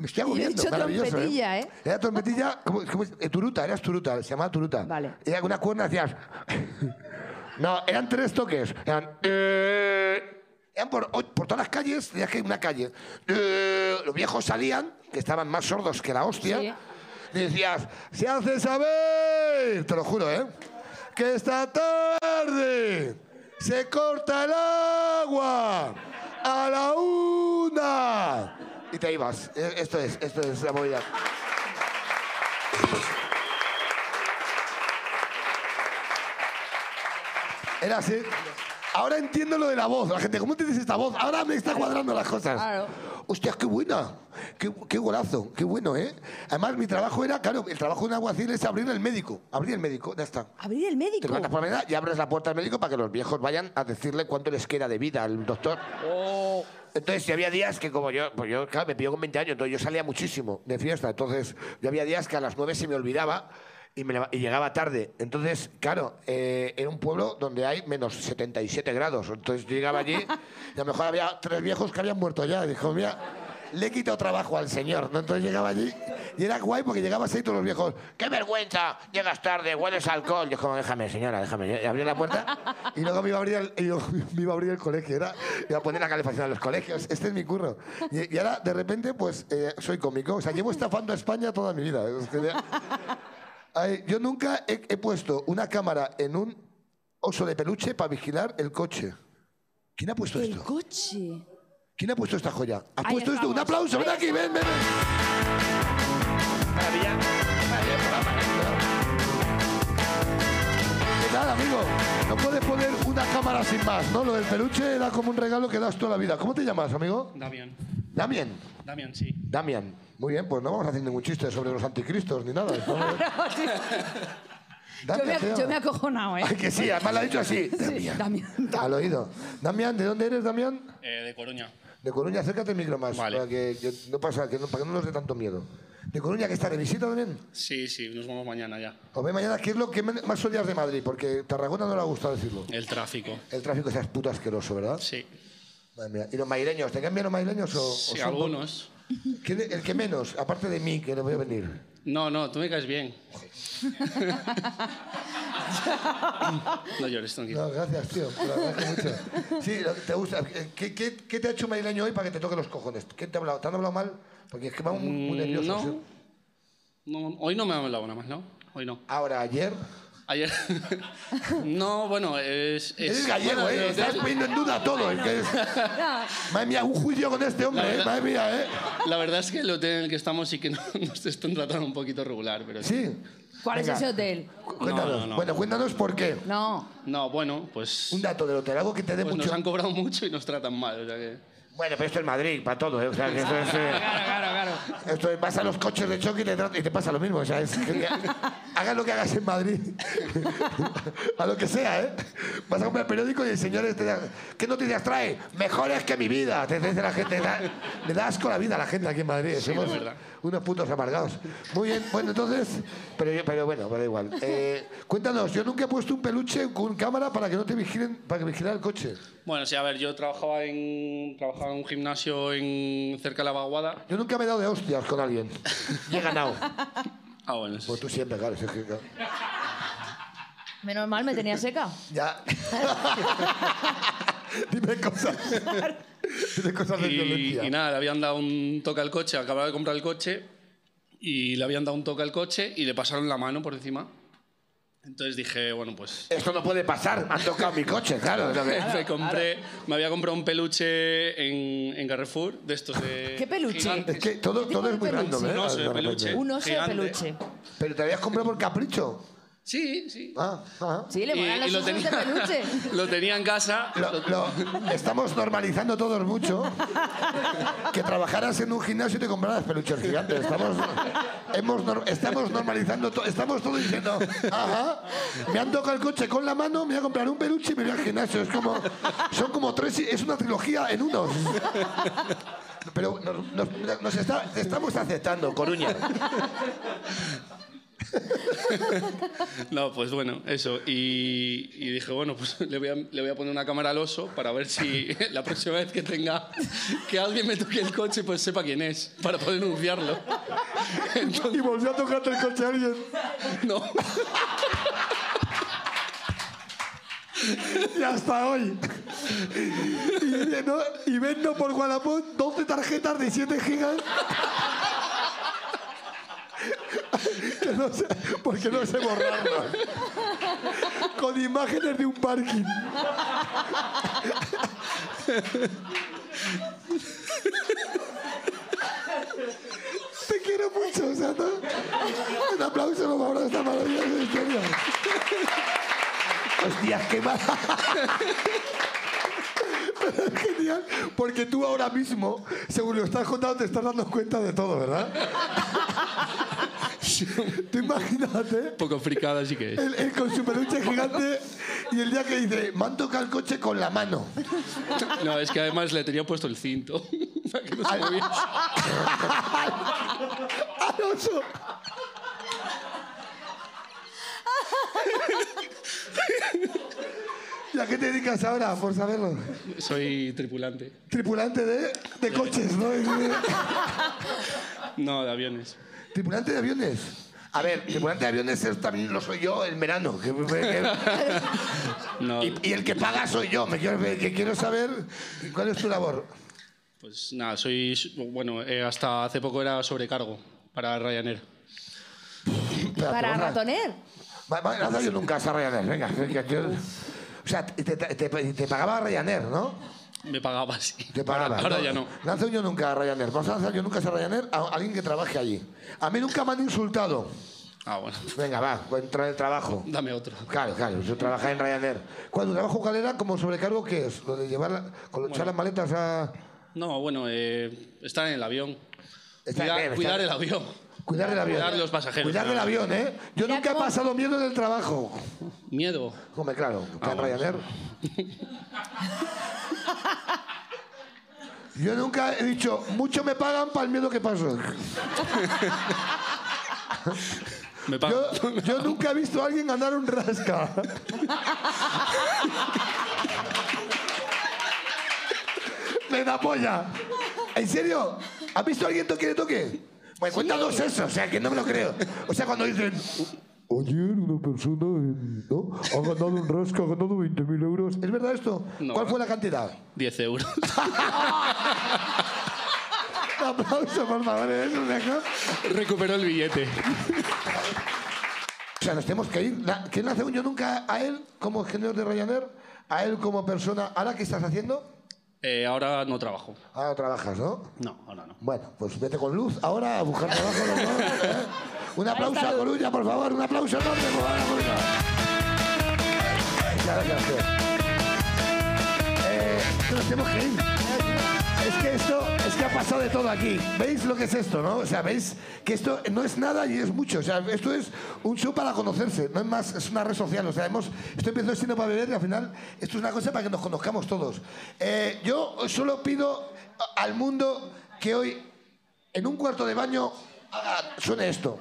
Speaker 2: Me estoy
Speaker 5: Y he
Speaker 2: agobiando,
Speaker 5: dicho
Speaker 2: maravilloso.
Speaker 5: trompetilla, ¿eh?
Speaker 2: Era trompetilla, como, como- eh, turuta, eras turuta, se llamaba turuta. Vale. Era con una cuerda hacías. No, eran tres toques. Eran. eh, eran por, o- por todas las calles, tenías que ir a una calle. Eh, los viejos salían, que estaban más sordos que la hostia. y Decías, se hace saber, te lo juro, ¿eh? Que esta tarde Se corta el agua a la una. Y te ibas. Eh, Esto es, esto es la movida. Era así. Ahora entiendo lo de la voz. La gente, ¿cómo tienes esta voz? Ahora me está cuadrando las cosas.
Speaker 9: Claro.
Speaker 2: Hostia, qué buena. Qué, qué golazo. Qué bueno, ¿eh? Además, mi trabajo era, claro, el trabajo de un aguacil es abrir el médico. Abrir el médico, ya está.
Speaker 5: ¿Abrir el médico?
Speaker 2: Te levantas por la mañana y abres la puerta al médico para que los viejos vayan a decirle cuánto les queda de vida al doctor. Entonces, si había días que como yo, pues yo, claro, me pilló con 20 años, entonces yo salía muchísimo de fiesta. Entonces, yo había días que a las 9 se me olvidaba y, me leva- y llegaba tarde. Entonces, claro, eh, era un pueblo donde hay menos 77 grados. Entonces, yo llegaba allí y a lo mejor había tres viejos que habían muerto ya. Y dijo, mira, le he quitado trabajo al señor. ¿no? Entonces, llegaba allí y era guay porque llegaba así todos los viejos. ¡Qué vergüenza! Llegas tarde, hueles a alcohol. Y yo, como, déjame, señora, déjame. Y abrió la puerta y luego me iba a abrir el, y luego me iba a abrir el colegio. Era, iba a poner la calefacción a los colegios. Este es mi curro. Y, y ahora, de repente, pues eh, soy cómico. O sea, llevo estafando a España toda mi vida. Es que ya- Ay, yo nunca he, he puesto una cámara en un oso de peluche para vigilar el coche. ¿Quién ha puesto
Speaker 5: El
Speaker 2: esto?
Speaker 5: coche.
Speaker 2: ¿Quién ha puesto esta joya? ¿Ha
Speaker 5: Ahí
Speaker 2: puesto esto?
Speaker 5: estamos.
Speaker 2: Un aplauso, ven
Speaker 5: Ahí
Speaker 2: aquí, ven, ven. ven. ¿Qué tal, amigo? No puedes poner una cámara sin más, ¿no? Lo del peluche era como un regalo que das toda la vida. ¿Cómo te llamas, amigo?
Speaker 15: Damián.
Speaker 2: Damián.
Speaker 15: Damián, sí.
Speaker 2: Damián. Muy bien, pues no vamos a hacer ningún chiste sobre los anticristos ni nada. Estamos-
Speaker 5: yo,
Speaker 2: Damián,
Speaker 5: me,
Speaker 2: tío.
Speaker 5: yo me he acojonado, ¿eh?
Speaker 2: Ay, que sí, además lo ha dicho así.
Speaker 5: Sí,
Speaker 2: Damián.
Speaker 5: Damián.
Speaker 2: Al oído. Damián, ¿de dónde eres, Damián?
Speaker 15: Eh, de Coruña.
Speaker 2: De Coruña, acércate el micro más. Para que yo- no pasa, que no, para que no nos dé tanto miedo. De Coruña, que está de visita también.
Speaker 15: Sí, sí, nos vamos mañana ya.
Speaker 2: Os ve mañana, ¿qué es lo que men- más odias de Madrid? Porque Tarragona no le ha gustado decirlo.
Speaker 15: El tráfico.
Speaker 2: El tráfico es puto asqueroso, ¿verdad?
Speaker 15: Eh. Sí.
Speaker 2: Madre mía. ¿Y los maireños? ¿Te cambian los maireños o, o
Speaker 15: Sí,
Speaker 2: son-
Speaker 15: algunos.
Speaker 2: ¿Quién- el que menos, aparte de mí, que no voy a venir.
Speaker 15: No, no, tú me caes bien. no llores, tranquilo.
Speaker 2: No, gracias, tío. te lo agradezco mucho. Sí, lo que te gusta. eh, ¿Qué, qué, qué te ha hecho maireño hoy para que te toque los cojones? ¿Qué te, ha hablado? ¿Te han hablado mal? Porque es que vamos muy, muy
Speaker 15: Mm,
Speaker 2: nerviosos.
Speaker 15: no.
Speaker 2: ¿eh?
Speaker 15: No, hoy no me han hablado nada más, ¿no? Hoy no.
Speaker 2: Ahora, ayer.
Speaker 15: Ayer. no, bueno, es. es
Speaker 2: Eres gallego,
Speaker 15: bueno,
Speaker 2: ¿eh?
Speaker 15: lo
Speaker 2: Estás
Speaker 15: tengo-
Speaker 2: poniendo en duda todo. ¿eh? Que es- Madre mía, un juicio con este
Speaker 15: La
Speaker 2: hombre, ¿eh?
Speaker 15: verdad-
Speaker 2: Madre mía, ¿eh?
Speaker 15: La verdad es que el hotel en el que estamos sí que no- nos están tratando un poquito regular, pero
Speaker 2: sí.
Speaker 5: ¿Cuál
Speaker 15: Venga.
Speaker 5: es ese hotel?
Speaker 15: No,
Speaker 2: Cuéntanos.
Speaker 15: no, no.
Speaker 2: Bueno, cuéntanos por qué.
Speaker 5: No.
Speaker 15: No, bueno, pues.
Speaker 2: Un dato del hotel, algo que te dé
Speaker 15: pues
Speaker 2: mucho.
Speaker 15: Nos han cobrado mucho y nos tratan mal, o sea que.
Speaker 2: Bueno, pero esto es Madrid, para todo, ¿eh? O sea, que esto es. eh,
Speaker 15: Claro,
Speaker 2: Esto es, vas a los coches de choque y te, trata- y te pasa lo mismo. O sea, es que- hagas lo que hagas en Madrid. a lo que sea, ¿eh? Vas a comprar el periódico y el señor este, ¿qué noticias trae? Mejores que mi vida. Te dice la gente. da- le da asco la vida a la gente aquí en Madrid.
Speaker 15: Sí,
Speaker 2: Somos
Speaker 15: la verdad.
Speaker 2: unos putos amargados. Muy bien, bueno, entonces. Pero, yo- pero bueno, pero da igual. Eh, cuéntanos, yo nunca he puesto un peluche con cámara para que no te vigilen, para que vigilar el coche.
Speaker 15: Bueno, sí, a ver, yo trabajaba en, trabajaba en un gimnasio en, cerca de la vaguada.
Speaker 2: Yo nunca me he dado de hostias con alguien. Y he ganado.
Speaker 15: Ah, bueno, eso
Speaker 2: Pues tú siempre, claro. sí, sí, claro.
Speaker 5: Menos mal, me tenía seca.
Speaker 2: Ya. Dime cosas. Dime cosas de
Speaker 15: Y,
Speaker 2: violencia.
Speaker 15: y nada, le habían dado un toque al coche, acababa de comprar el coche y le habían dado un toque al coche y le pasaron la mano por encima. Entonces dije, bueno, pues...
Speaker 2: Esto no puede pasar. Me han tocado mi coche, claro. es lo que-
Speaker 15: me, compré, me había comprado un peluche en, en Carrefour de estos de...
Speaker 5: ¿Qué peluche?
Speaker 15: gigantes.
Speaker 2: Es que todo, todo es muy random, ¿eh?
Speaker 15: Un oso de
Speaker 2: repente.
Speaker 15: peluche.
Speaker 5: Un oso de
Speaker 15: Gigante.
Speaker 5: peluche.
Speaker 2: Pero te habías comprado por capricho.
Speaker 15: Sí, sí.
Speaker 2: Ah, ah.
Speaker 5: Sí, le molan los
Speaker 15: lo
Speaker 5: osos
Speaker 15: tenía-
Speaker 5: de peluche.
Speaker 15: Lo tenía en casa.
Speaker 2: Lo- lo- estamos normalizando todos mucho que trabajaras en un gimnasio y te compraras peluches gigantes. Estamos, hemos nor- estamos normalizando todo. Estamos todos diciendo, ajá, me han tocado el coche con la mano, me voy a comprar un peluche y me voy al gimnasio. Es como, son como tres, es una trilogía en uno. Pero nos, nos- nos está- te estamos aceptando, Coruña.
Speaker 15: No, pues bueno, eso. Y, y dije, bueno, pues le voy, a, le voy a poner una cámara al oso para ver si la próxima vez que tenga que alguien me toque el coche, pues sepa quién es, para poder denunciarlo.
Speaker 2: Y volvió a tocarte el coche a alguien.
Speaker 15: No.
Speaker 2: Y hasta hoy. Y, no, y vendo por Wallapop 12 tarjetas de 7 gigas. Que no sé, porque no sé borrarlo. Con imágenes de un parking. Te quiero mucho, Santa. Un aplauso, por favor, a esta maravillosa historia. Hostias, qué mal. Pero es genial, porque tú ahora mismo, según lo estás contando, te estás dando cuenta de todo, ¿verdad? tú imagínate
Speaker 15: Poco fricada sí que es.
Speaker 2: el, el con su peluche gigante y el día que dice, me han tocado el coche con la mano.
Speaker 15: No, es que además le tenía puesto el cinto. para que no se moviera.
Speaker 2: Al oso. ¿Y a qué te dedicas ahora, por saberlo?
Speaker 15: Soy tripulante.
Speaker 2: Tripulante de, de coches, ¿no?
Speaker 15: No, de aviones.
Speaker 2: Tripulante de aviones. A ver, tripulante de aviones es- también lo soy yo en verano. que- que-
Speaker 15: No,
Speaker 2: y, y el que paga soy yo. Me quiero, que quiero saber cuál es tu labor.
Speaker 15: pues nada, soy. Bueno, eh, hasta hace poco era sobrecargo para Ryanair.
Speaker 5: Para ratoner.
Speaker 2: Va- va- No has dado nunca a Ryanair, venga. venga, yo- o sea, te, te- te- te pagaba Ryanair, ¿no?
Speaker 15: Me pagaba, sí.
Speaker 2: Te pagaba.
Speaker 15: Ahora, ahora ya no.
Speaker 2: No has dado yo nunca a Ryanair. Vamos a lanzar yo nunca a Ryanair a alguien que trabaje allí. A mí nunca me han insultado.
Speaker 15: Ah, bueno.
Speaker 2: Venga, va, entra en el trabajo.
Speaker 15: Dame otro.
Speaker 2: Claro, claro, yo trabajaba en Ryanair. Cuando trabajo calera, como sobrecargo, ¿qué es? Lo de llevar, la- con echar las maletas a...
Speaker 15: No, bueno, eh, estar en el avión.
Speaker 2: Está
Speaker 15: cuidar
Speaker 2: bien, está
Speaker 15: cuidar
Speaker 2: bien.
Speaker 15: el avión.
Speaker 2: Cuidar el avión.
Speaker 15: Cuidar los pasajeros.
Speaker 2: Cuidar el avión, ¿eh? Yo nunca he pasado miedo en el trabajo.
Speaker 15: Miedo.
Speaker 2: Hombre, claro, está en
Speaker 15: bueno.
Speaker 2: Ryanair. Yo nunca he dicho, mucho me pagan para el miedo que paso.
Speaker 15: Me pagan.
Speaker 2: Yo, yo nunca he visto a alguien ganar un rasca. Me da polla. ¿En serio? ¿Has visto a alguien toque de toque? Pues cuéntanos eso, o sea, que no me lo creo. O sea, cuando dicen... Ayer una persona en- ¿no? ha ganado un rasca, ha ganado 20.000 euros. ¿Es verdad esto?
Speaker 15: No.
Speaker 2: ¿Cuál fue la cantidad?
Speaker 15: 10 euros.
Speaker 2: Un aplauso, por favor. ¿eh? Eso, venga.
Speaker 15: Recuperó el billete.
Speaker 2: O sea, nos tenemos que ir. Na- ¿Quién hace un yo nunca a él como ingeniero de Ryanair? A él como persona. ¿Ahora qué estás haciendo?
Speaker 15: Eh, ahora no trabajo.
Speaker 2: Ahora trabajas, ¿no?
Speaker 15: No, ahora no.
Speaker 2: Bueno, pues vete con luz ahora a buscar trabajo. los dos, ¿eh? Un aplauso a Coruña, por favor. Un aplauso enorme por favor, a Coruña. Muchas gracias. Eh, nos tenemos que ir. Es que esto, es que ha pasado de todo aquí. ¿Veis lo que es esto, no? O sea, veis que esto no es nada y es mucho. O sea, esto es un show para conocerse. No es más, es una red social. O sea, hemos, esto empezó siendo para beber y al final esto es una cosa para que nos conozcamos todos. Eh, yo solo pido al mundo que hoy en un cuarto de baño haga- suene esto.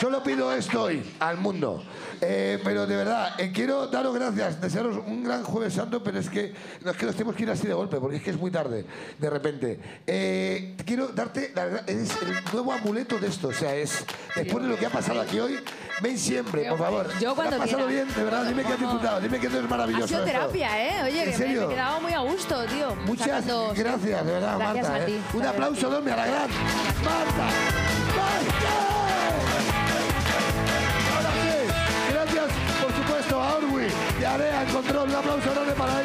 Speaker 2: Solo pido esto hoy al mundo. Eh, pero de verdad, eh, quiero daros gracias, desearos un gran Jueves Santo, pero es que, no, es que nos tenemos que ir así de golpe, porque es que es muy tarde, de repente. Eh, quiero darte, la verdad, es el nuevo amuleto de esto, o sea, es después de lo que ha pasado aquí hoy, ven siempre, por favor.
Speaker 5: Yo cuando
Speaker 2: ¿Lo has pasado
Speaker 5: quiera.
Speaker 2: bien, de verdad, dime que has disfrutado, dime que no es maravilloso.
Speaker 5: Ha sido
Speaker 2: esto.
Speaker 5: terapia, ¿eh? Oye,
Speaker 2: ¿En
Speaker 5: que me-
Speaker 2: serio?
Speaker 5: me he quedado muy a gusto, tío.
Speaker 2: Muchas
Speaker 5: Sacando-
Speaker 2: gracias, de verdad,
Speaker 5: Gracias
Speaker 2: Marta.
Speaker 5: a
Speaker 2: ¿eh?
Speaker 5: ti,
Speaker 2: Un
Speaker 5: la verdad.
Speaker 2: aplauso enorme a la gran Marta. ¡Marta! Ahora sí, gracias, por supuesto, a Orwi y a Area en Control. Un aplauso enorme para